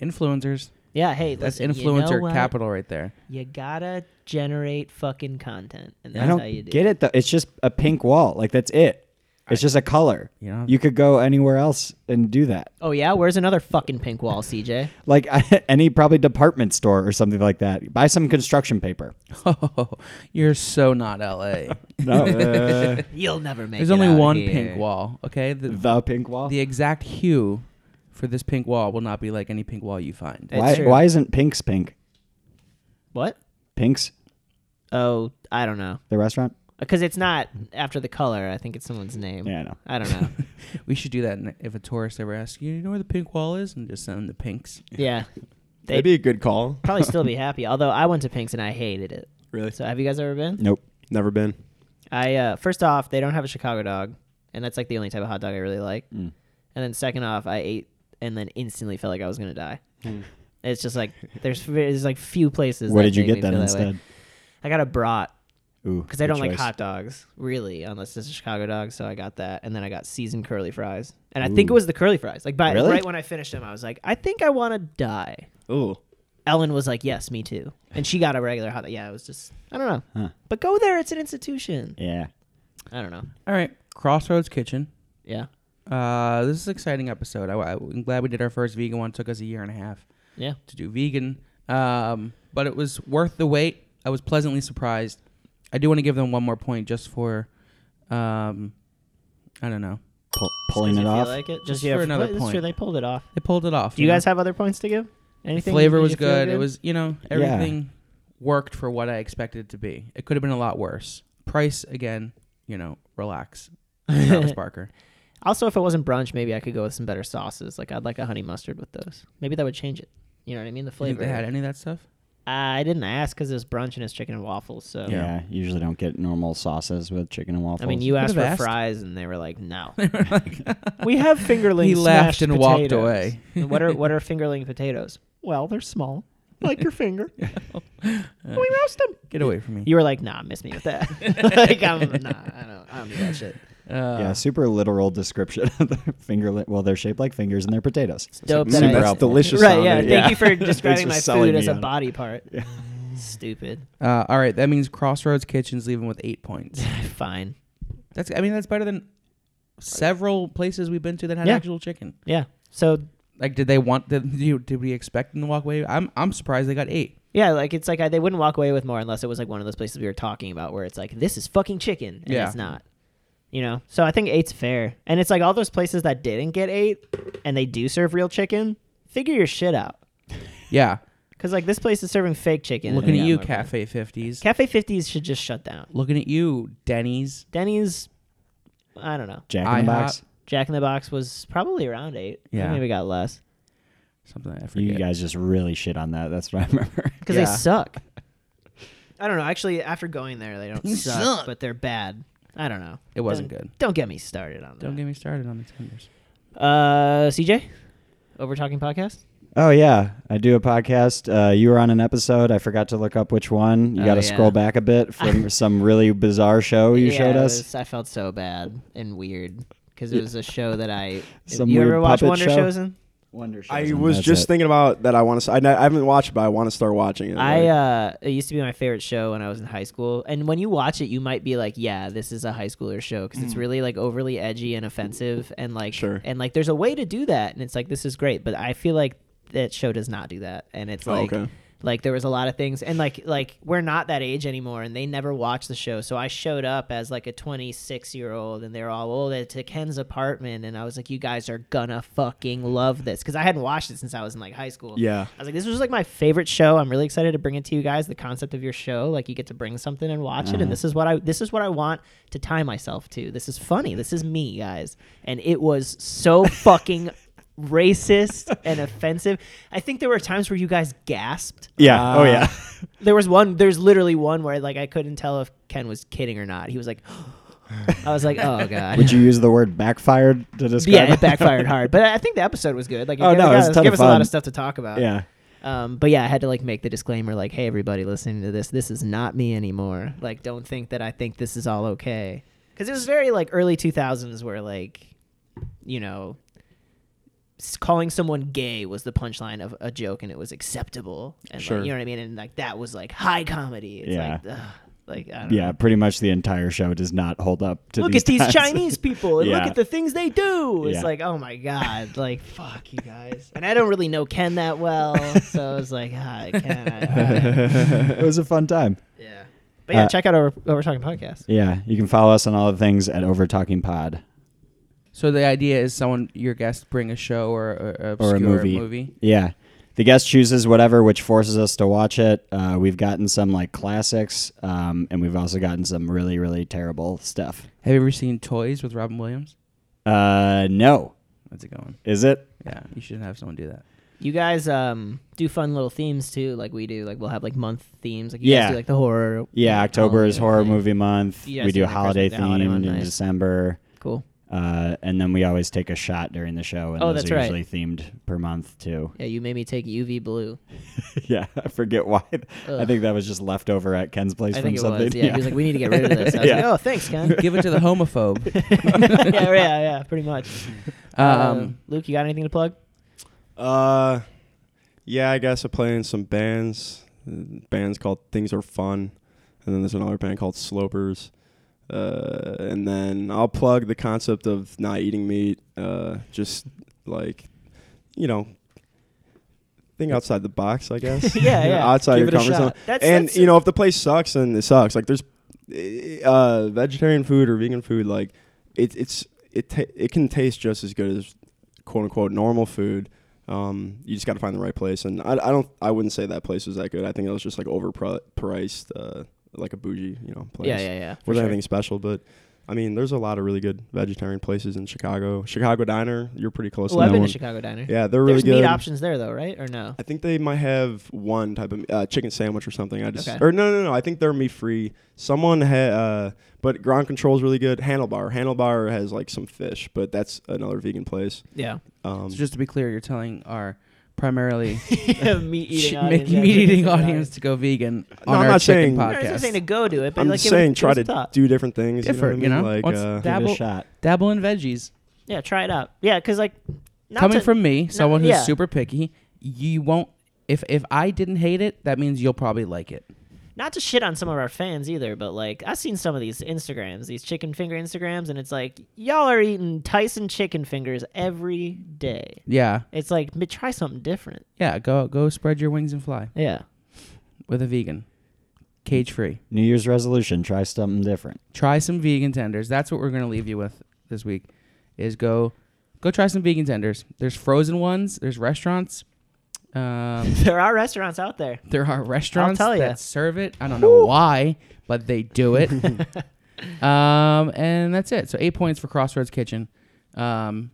[SPEAKER 2] influencers.
[SPEAKER 1] Yeah. Hey,
[SPEAKER 2] That's
[SPEAKER 1] listen, you know
[SPEAKER 2] influencer
[SPEAKER 1] what?
[SPEAKER 2] capital right there.
[SPEAKER 1] You gotta generate fucking content, and that's
[SPEAKER 3] I
[SPEAKER 1] how you
[SPEAKER 3] don't
[SPEAKER 1] do.
[SPEAKER 3] get it though. It's just a pink wall. Like that's it. It's just a color.
[SPEAKER 2] You know?
[SPEAKER 3] You could go anywhere else and do that.
[SPEAKER 1] Oh yeah, where's another fucking pink wall, CJ?
[SPEAKER 3] Like any probably department store or something like that. Buy some construction paper.
[SPEAKER 2] Oh, you're so not LA.
[SPEAKER 3] No, uh,
[SPEAKER 1] You'll never make.
[SPEAKER 2] There's
[SPEAKER 1] it
[SPEAKER 2] only
[SPEAKER 1] out
[SPEAKER 2] one
[SPEAKER 1] here.
[SPEAKER 2] pink wall. Okay, the,
[SPEAKER 3] the pink wall.
[SPEAKER 2] the exact hue for this pink wall will not be like any pink wall you find.
[SPEAKER 1] It's
[SPEAKER 3] why
[SPEAKER 1] true.
[SPEAKER 3] why isn't Pink's pink?
[SPEAKER 1] What?
[SPEAKER 3] Pink's
[SPEAKER 1] Oh, I don't know.
[SPEAKER 3] the restaurant?
[SPEAKER 1] Because it's not after the color. I think it's someone's name.
[SPEAKER 3] Yeah, I know.
[SPEAKER 1] I don't know.
[SPEAKER 2] We should do that and if a tourist ever asks you, you know where the pink wall is, and just send them the pinks.
[SPEAKER 1] yeah,
[SPEAKER 5] That'd
[SPEAKER 1] they'd
[SPEAKER 5] be a good call.
[SPEAKER 1] probably still be happy. Although I went to Pink's and I hated it.
[SPEAKER 5] Really?
[SPEAKER 1] So have you guys ever been?
[SPEAKER 3] Nope.
[SPEAKER 5] Never been.
[SPEAKER 1] I uh, first off, they don't have a Chicago dog, and that's like the only type of hot dog I really like.
[SPEAKER 3] Mm.
[SPEAKER 1] And then second off, I ate and then instantly felt like I was gonna die. It's just like there's there's like few places.
[SPEAKER 3] Hmm. What
[SPEAKER 1] that
[SPEAKER 3] did you
[SPEAKER 1] make
[SPEAKER 3] get
[SPEAKER 1] me
[SPEAKER 3] then
[SPEAKER 1] feel that way.
[SPEAKER 3] instead?
[SPEAKER 1] I got a brat
[SPEAKER 3] Ooh,
[SPEAKER 1] because I
[SPEAKER 3] good
[SPEAKER 1] don't like
[SPEAKER 3] choice.
[SPEAKER 1] hot dogs really, unless it's a Chicago dog. So I got that, and then I got seasoned curly fries, and I think it was the curly fries. Like, by,
[SPEAKER 3] Really?
[SPEAKER 1] right when I finished them, I was like, I think I want to die.
[SPEAKER 5] Ooh.
[SPEAKER 1] Ellen was like, Yes, me too, and she got a regular hot dog. Yeah, it was just I don't know,
[SPEAKER 3] Huh.
[SPEAKER 1] but go there; it's an institution.
[SPEAKER 3] Yeah.
[SPEAKER 1] I don't know.
[SPEAKER 2] All right, Crossroads Kitchen.
[SPEAKER 1] Yeah,
[SPEAKER 2] Uh, this is an exciting episode. I, am glad we did our first vegan one. It took us a year and a half
[SPEAKER 1] yeah.
[SPEAKER 2] to do vegan, um, but it was worth the wait. I was pleasantly surprised. I do want to give them one more point just for, um, I don't know.
[SPEAKER 3] Pull, pulling
[SPEAKER 1] Does
[SPEAKER 3] it
[SPEAKER 1] feel
[SPEAKER 3] off.
[SPEAKER 1] like it? Just,
[SPEAKER 2] Just
[SPEAKER 1] yeah,
[SPEAKER 2] for another
[SPEAKER 1] that's
[SPEAKER 2] point.
[SPEAKER 1] True, they pulled it off.
[SPEAKER 2] They pulled it off.
[SPEAKER 1] Do you
[SPEAKER 2] know?
[SPEAKER 1] guys have other points to give?
[SPEAKER 2] The
[SPEAKER 1] Anything?
[SPEAKER 2] flavor
[SPEAKER 1] made
[SPEAKER 2] was
[SPEAKER 1] you feel
[SPEAKER 2] good. It was you know everything worked for what I expected it to be. It could have been a lot worse. Price again, you know, relax. Travis Barker.
[SPEAKER 1] Also, if it wasn't brunch, maybe I could go with some better sauces. Like I'd like a honey mustard with those. Maybe that would change it. You know what I mean? The
[SPEAKER 2] You think
[SPEAKER 1] flavor.
[SPEAKER 2] they had any of that stuff?
[SPEAKER 1] I didn't ask because it was brunch and it's chicken and waffles. So
[SPEAKER 3] Yeah. usually don't get normal sauces with chicken and waffles.
[SPEAKER 1] I mean, you asked for
[SPEAKER 2] have asked.
[SPEAKER 1] fries and they were like, "No." we have fingerling.
[SPEAKER 2] He laughed
[SPEAKER 1] smashed
[SPEAKER 2] and walked
[SPEAKER 1] potatoes.
[SPEAKER 2] away.
[SPEAKER 1] And what are what are fingerling potatoes? Well, they're small, like your finger. we roast them.
[SPEAKER 2] Get away from me.
[SPEAKER 1] You were like, "Nah, miss me with that." like I'm nah, I don't, I don't do that shit.
[SPEAKER 2] Uh,
[SPEAKER 1] uh,
[SPEAKER 3] yeah, super literal description of the fingerlin. Well, they're shaped like fingers and they're potatoes.
[SPEAKER 1] dope. that
[SPEAKER 5] Mm,
[SPEAKER 1] I-
[SPEAKER 5] that's
[SPEAKER 3] helpful.
[SPEAKER 5] delicious.
[SPEAKER 1] Right?
[SPEAKER 5] sounding.
[SPEAKER 1] Yeah. Thank you for
[SPEAKER 5] Thanks
[SPEAKER 1] describing
[SPEAKER 5] for
[SPEAKER 1] my
[SPEAKER 5] selling
[SPEAKER 1] food
[SPEAKER 5] me
[SPEAKER 1] as a
[SPEAKER 5] on it.
[SPEAKER 1] body part. Stupid.
[SPEAKER 2] Uh, all right, that means Crossroads Kitchen's leaving with eight points.
[SPEAKER 1] Fine.
[SPEAKER 2] That's I mean that's better than several places we've been to that had
[SPEAKER 1] Yeah.
[SPEAKER 2] actual chicken.
[SPEAKER 1] Yeah. So
[SPEAKER 2] Like, did they want? The, did, you, did we expect them to walk away? I'm I'm surprised they got eight.
[SPEAKER 1] Yeah, like it's like I, they wouldn't walk away with more unless it was like one of those places we were talking about where it's like this is fucking chicken and
[SPEAKER 2] Yeah.
[SPEAKER 1] it's not. You know, so I think eight's fair, and it's like all those places that didn't get eight and they do serve real chicken. Figure your shit out,
[SPEAKER 2] Yeah,
[SPEAKER 1] because like this place is serving fake chicken. and
[SPEAKER 2] looking
[SPEAKER 1] they
[SPEAKER 2] at
[SPEAKER 1] got
[SPEAKER 2] you,
[SPEAKER 1] more bread.
[SPEAKER 2] Cafe Fifties.
[SPEAKER 1] Cafe Fifties should just shut down.
[SPEAKER 2] looking at you, Denny's.
[SPEAKER 1] Denny's, I don't know.
[SPEAKER 3] Jack in the
[SPEAKER 2] IHOP.
[SPEAKER 3] box.
[SPEAKER 1] Jack in the Box was probably around eight.
[SPEAKER 2] Yeah.
[SPEAKER 1] maybe got less
[SPEAKER 2] Something I forget.
[SPEAKER 3] You guys just really shit on that. That's what I remember.
[SPEAKER 1] because
[SPEAKER 2] Yeah.
[SPEAKER 1] they suck. I don't know. Actually, after going there, they don't suck, but they're bad. I don't know.
[SPEAKER 2] It wasn't
[SPEAKER 1] Don't-
[SPEAKER 2] good.
[SPEAKER 1] Don't get me started on that.
[SPEAKER 2] Don't get me started on the tenders.
[SPEAKER 1] Uh, CJ, over talking podcast.
[SPEAKER 3] Oh yeah, I do a podcast. Uh, you were on an episode. I forgot to look up which one. You
[SPEAKER 1] Oh,
[SPEAKER 3] got to
[SPEAKER 1] yeah.
[SPEAKER 3] scroll back a bit from some really bizarre show you
[SPEAKER 1] Yeah,
[SPEAKER 3] showed
[SPEAKER 1] it
[SPEAKER 3] us.
[SPEAKER 1] was- I felt so bad and weird because it was a show that I.
[SPEAKER 3] Some
[SPEAKER 1] you
[SPEAKER 3] weird
[SPEAKER 1] ever watch
[SPEAKER 3] puppet
[SPEAKER 1] Wonder
[SPEAKER 3] show?
[SPEAKER 1] Shows? In?
[SPEAKER 3] Wonder
[SPEAKER 5] I
[SPEAKER 3] shows, and
[SPEAKER 5] was
[SPEAKER 3] that's
[SPEAKER 5] just
[SPEAKER 3] it.
[SPEAKER 5] thinking about that. I want to. I, I haven't watched, it, but I want to start watching it.
[SPEAKER 1] I
[SPEAKER 5] Like,
[SPEAKER 1] uh, it used to be my favorite show when I was in high school. And when you watch it, you might be like, "Yeah, this is a high schooler show" because it's really like overly edgy and offensive, and like,
[SPEAKER 5] Mm. Sure.
[SPEAKER 1] and like, there's a way to do that, and it's like this is great. But I feel like that show does not do that, and it's
[SPEAKER 5] Oh,
[SPEAKER 1] like.
[SPEAKER 5] okay.
[SPEAKER 1] Like there was a lot of things, and like like we're not that age anymore, and they never watched the show. So I showed up as like a 26 year old, and they're all, "Oh, it's to Ken's apartment," and I was like, "You guys are gonna fucking love this," because I hadn't watched it since I was in like high school.
[SPEAKER 5] Yeah.
[SPEAKER 1] I was like, this was like my favorite show. I'm really excited to bring it to you guys. The concept of your show, like you get to bring something and watch
[SPEAKER 3] Uh-huh.
[SPEAKER 1] it, and this is what I this is what I want to tie myself to. This is funny. This is me, guys. And it was so fucking racist and offensive. I think there were times where you guys gasped.
[SPEAKER 3] Yeah. oh yeah.
[SPEAKER 1] There was one. There's literally one where like I couldn't tell if Ken was kidding or not. He was like, I was like, oh god.
[SPEAKER 3] Would you use the word backfired to describe?
[SPEAKER 1] yeah, it backfired hard, but I think the episode was good. Like, it
[SPEAKER 3] Oh,
[SPEAKER 1] gave,
[SPEAKER 3] no, it was a
[SPEAKER 1] us-
[SPEAKER 3] ton
[SPEAKER 1] gave us
[SPEAKER 3] of
[SPEAKER 1] a lot
[SPEAKER 3] fun.
[SPEAKER 1] of stuff to talk about.
[SPEAKER 3] yeah.
[SPEAKER 1] Um, but yeah, I had to like make the disclaimer, like, "Hey, everybody listening to this, this is not me anymore. Like, don't think that I think this is all okay." Because it was very like early two thousands, where like, you know, s- calling someone gay was the punchline of a joke, and it was acceptable. And
[SPEAKER 5] Sure.
[SPEAKER 1] like, you know what I mean? And like that was like high comedy. It's
[SPEAKER 3] Yeah.
[SPEAKER 1] Like, ugh, like I don't
[SPEAKER 3] Yeah.
[SPEAKER 1] know.
[SPEAKER 3] Pretty much the entire show does not hold up to.
[SPEAKER 1] Mm-hmm. Look
[SPEAKER 3] these
[SPEAKER 1] at these
[SPEAKER 3] times.
[SPEAKER 1] Chinese people and look
[SPEAKER 3] Yeah.
[SPEAKER 1] at the things they do. It's
[SPEAKER 3] Yeah.
[SPEAKER 1] like, oh my god, like fuck you guys. And I don't really know Ken that well, so I was like, ah, Ken. I, I,
[SPEAKER 3] it was a fun time.
[SPEAKER 1] Yeah. But yeah,
[SPEAKER 3] Uh,
[SPEAKER 1] check out our Over Talking podcast.
[SPEAKER 3] Yeah. You can follow us on all the things at Over Talking Pod
[SPEAKER 2] So the idea is someone your guest bring a show or a,
[SPEAKER 3] or
[SPEAKER 2] obscure
[SPEAKER 3] a movie. Yeah. The guest chooses whatever, which forces us to watch it. Uh, we've gotten some like classics, um, and we've also gotten some really, really terrible stuff.
[SPEAKER 2] Have you ever seen Toys with Robin Williams?
[SPEAKER 3] Uh, no,
[SPEAKER 2] That's a good one.
[SPEAKER 3] is it?
[SPEAKER 2] Yeah, you should have someone do that.
[SPEAKER 1] You guys um do fun little themes too, like we do. Like we'll have like month themes. Like you guys
[SPEAKER 3] Yeah.
[SPEAKER 1] do like the horror.
[SPEAKER 3] Yeah,
[SPEAKER 1] like,
[SPEAKER 3] October is
[SPEAKER 1] holiday
[SPEAKER 3] horror
[SPEAKER 1] thing.
[SPEAKER 3] movie month.
[SPEAKER 1] You guys
[SPEAKER 3] We
[SPEAKER 1] do
[SPEAKER 3] do
[SPEAKER 1] the Christmas-
[SPEAKER 3] holiday
[SPEAKER 1] the
[SPEAKER 3] themed
[SPEAKER 1] holiday one,
[SPEAKER 3] in
[SPEAKER 1] nice.
[SPEAKER 3] December,
[SPEAKER 1] Cool.
[SPEAKER 3] uh, and then we always take a shot during the show, and
[SPEAKER 1] Oh,
[SPEAKER 3] those
[SPEAKER 1] that's
[SPEAKER 3] are
[SPEAKER 1] right.
[SPEAKER 3] usually themed per month too.
[SPEAKER 1] Yeah, you made me take UV blue.
[SPEAKER 3] yeah, I forget why. I
[SPEAKER 1] Ugh.
[SPEAKER 3] think that was just left over at Ken's place
[SPEAKER 1] I
[SPEAKER 3] from
[SPEAKER 1] think it
[SPEAKER 3] something.
[SPEAKER 1] was. Yeah. he was like, "We need to get rid of this." I was
[SPEAKER 3] Yeah.
[SPEAKER 1] like, "Oh, thanks, Ken."
[SPEAKER 2] Give it to the homophobe.
[SPEAKER 1] yeah, yeah, yeah, pretty much.
[SPEAKER 2] Um,
[SPEAKER 1] Um, Luke, you got anything to plug?
[SPEAKER 5] Uh, yeah, I guess I play in some bands. Uh, Bands called Things Are Fun, and then there's another band called Slopers. Uh, and then I'll plug the concept of not eating meat. Uh, just like, you know, think outside the box, I guess.
[SPEAKER 1] Yeah,
[SPEAKER 5] You know,
[SPEAKER 1] yeah.
[SPEAKER 5] outside
[SPEAKER 3] Give
[SPEAKER 5] your
[SPEAKER 3] it a
[SPEAKER 5] comfort zone.
[SPEAKER 3] shot.
[SPEAKER 1] That's-
[SPEAKER 5] and
[SPEAKER 1] that's-
[SPEAKER 5] you know, if the place sucks, then it sucks. Like, there's uh, vegetarian food or vegan food. Like, it, it's it ta- it can taste just as good as quote unquote normal food. Um, you just got to find the right place, and I, I don't I wouldn't say that place was that good. I think it was just like overpriced, uh, like a bougie you know place.
[SPEAKER 1] Yeah, yeah, yeah. for
[SPEAKER 5] Wasn't
[SPEAKER 1] sure.
[SPEAKER 5] anything special, but I mean, there's a lot of really good vegetarian places in Chicago. Chicago Diner, you're pretty close
[SPEAKER 1] Well,
[SPEAKER 5] to
[SPEAKER 1] I've
[SPEAKER 5] that
[SPEAKER 1] been
[SPEAKER 5] one.
[SPEAKER 1] to Chicago Diner.
[SPEAKER 5] Yeah, they're really
[SPEAKER 1] There's
[SPEAKER 5] good.
[SPEAKER 1] meat options there though, right? Or no?
[SPEAKER 5] I think they might have one type of uh, chicken sandwich or something. I just
[SPEAKER 1] Okay.
[SPEAKER 5] or no no no. I think they're meat free. Someone had, uh, but ground control's really good. Handlebar Handlebar has like some fish, but that's another vegan place.
[SPEAKER 1] Yeah.
[SPEAKER 5] Um,
[SPEAKER 2] so just to be clear, you're telling our primarily
[SPEAKER 1] meat
[SPEAKER 2] sh-
[SPEAKER 1] eating
[SPEAKER 2] meat
[SPEAKER 1] audience. yeah,
[SPEAKER 2] eating
[SPEAKER 1] chicken
[SPEAKER 2] audience to go vegan
[SPEAKER 5] No,
[SPEAKER 2] on
[SPEAKER 5] I'm
[SPEAKER 2] our
[SPEAKER 5] not
[SPEAKER 2] chicken
[SPEAKER 5] saying-
[SPEAKER 1] No, I was
[SPEAKER 2] podcast.
[SPEAKER 1] just saying to go do it, but
[SPEAKER 5] I'm
[SPEAKER 1] like, give it-
[SPEAKER 5] saying
[SPEAKER 1] give
[SPEAKER 5] try
[SPEAKER 1] us a
[SPEAKER 5] to
[SPEAKER 1] thought.
[SPEAKER 5] do different things.
[SPEAKER 2] Different, you
[SPEAKER 5] you know,
[SPEAKER 2] know?
[SPEAKER 5] what I mean?
[SPEAKER 2] What's
[SPEAKER 5] like
[SPEAKER 2] that-
[SPEAKER 5] uh,
[SPEAKER 3] Give it
[SPEAKER 2] Dabble-
[SPEAKER 3] a shot.
[SPEAKER 2] Dabble in veggies.
[SPEAKER 1] Yeah, try it out. Yeah, because like not
[SPEAKER 2] Coming
[SPEAKER 1] to-
[SPEAKER 2] from me, someone who's
[SPEAKER 1] yeah.
[SPEAKER 2] super picky, you won't. If if I didn't hate it, that means you'll probably like it.
[SPEAKER 1] not to shit on some of our fans either, but like I've seen some of these Instagrams, these chicken finger Instagrams, and it's like y'all are eating Tyson chicken fingers every day.
[SPEAKER 2] Yeah,
[SPEAKER 1] It's like m- try something different.
[SPEAKER 2] yeah. Go go spread your wings and fly
[SPEAKER 1] Yeah,
[SPEAKER 2] with a vegan, cage free.
[SPEAKER 3] New Year's resolution: try something different.
[SPEAKER 2] Try some vegan tenders. That's what we're gonna leave you with this week. Is go go try some vegan tenders. There's frozen ones. There's restaurants. Um,
[SPEAKER 1] there are restaurants out there.
[SPEAKER 2] There are restaurants
[SPEAKER 1] tell ya.
[SPEAKER 2] that serve it. I don't know why, but they do it. um, and that's it. So eight points for Crossroads Kitchen. Um,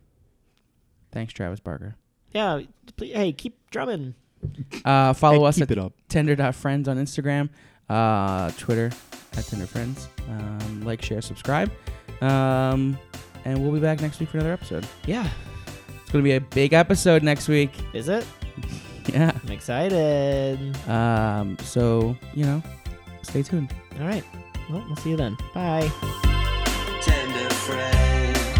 [SPEAKER 2] thanks, Travis Barker.
[SPEAKER 1] Yeah, please, hey, keep drumming.
[SPEAKER 2] Uh, follow us
[SPEAKER 5] keep
[SPEAKER 2] at
[SPEAKER 5] it up.
[SPEAKER 2] tender.friends on Instagram, uh, Twitter at tenderfriends. Um, like, share, subscribe. Um, and we'll be back next week for another episode.
[SPEAKER 1] Yeah,
[SPEAKER 2] It's going to be a big episode next week.
[SPEAKER 1] is it?
[SPEAKER 2] Yeah.
[SPEAKER 1] I'm excited.
[SPEAKER 2] Um, so, you know, stay tuned.
[SPEAKER 1] All right, well, we'll see you then. Bye.
[SPEAKER 4] Tender friends.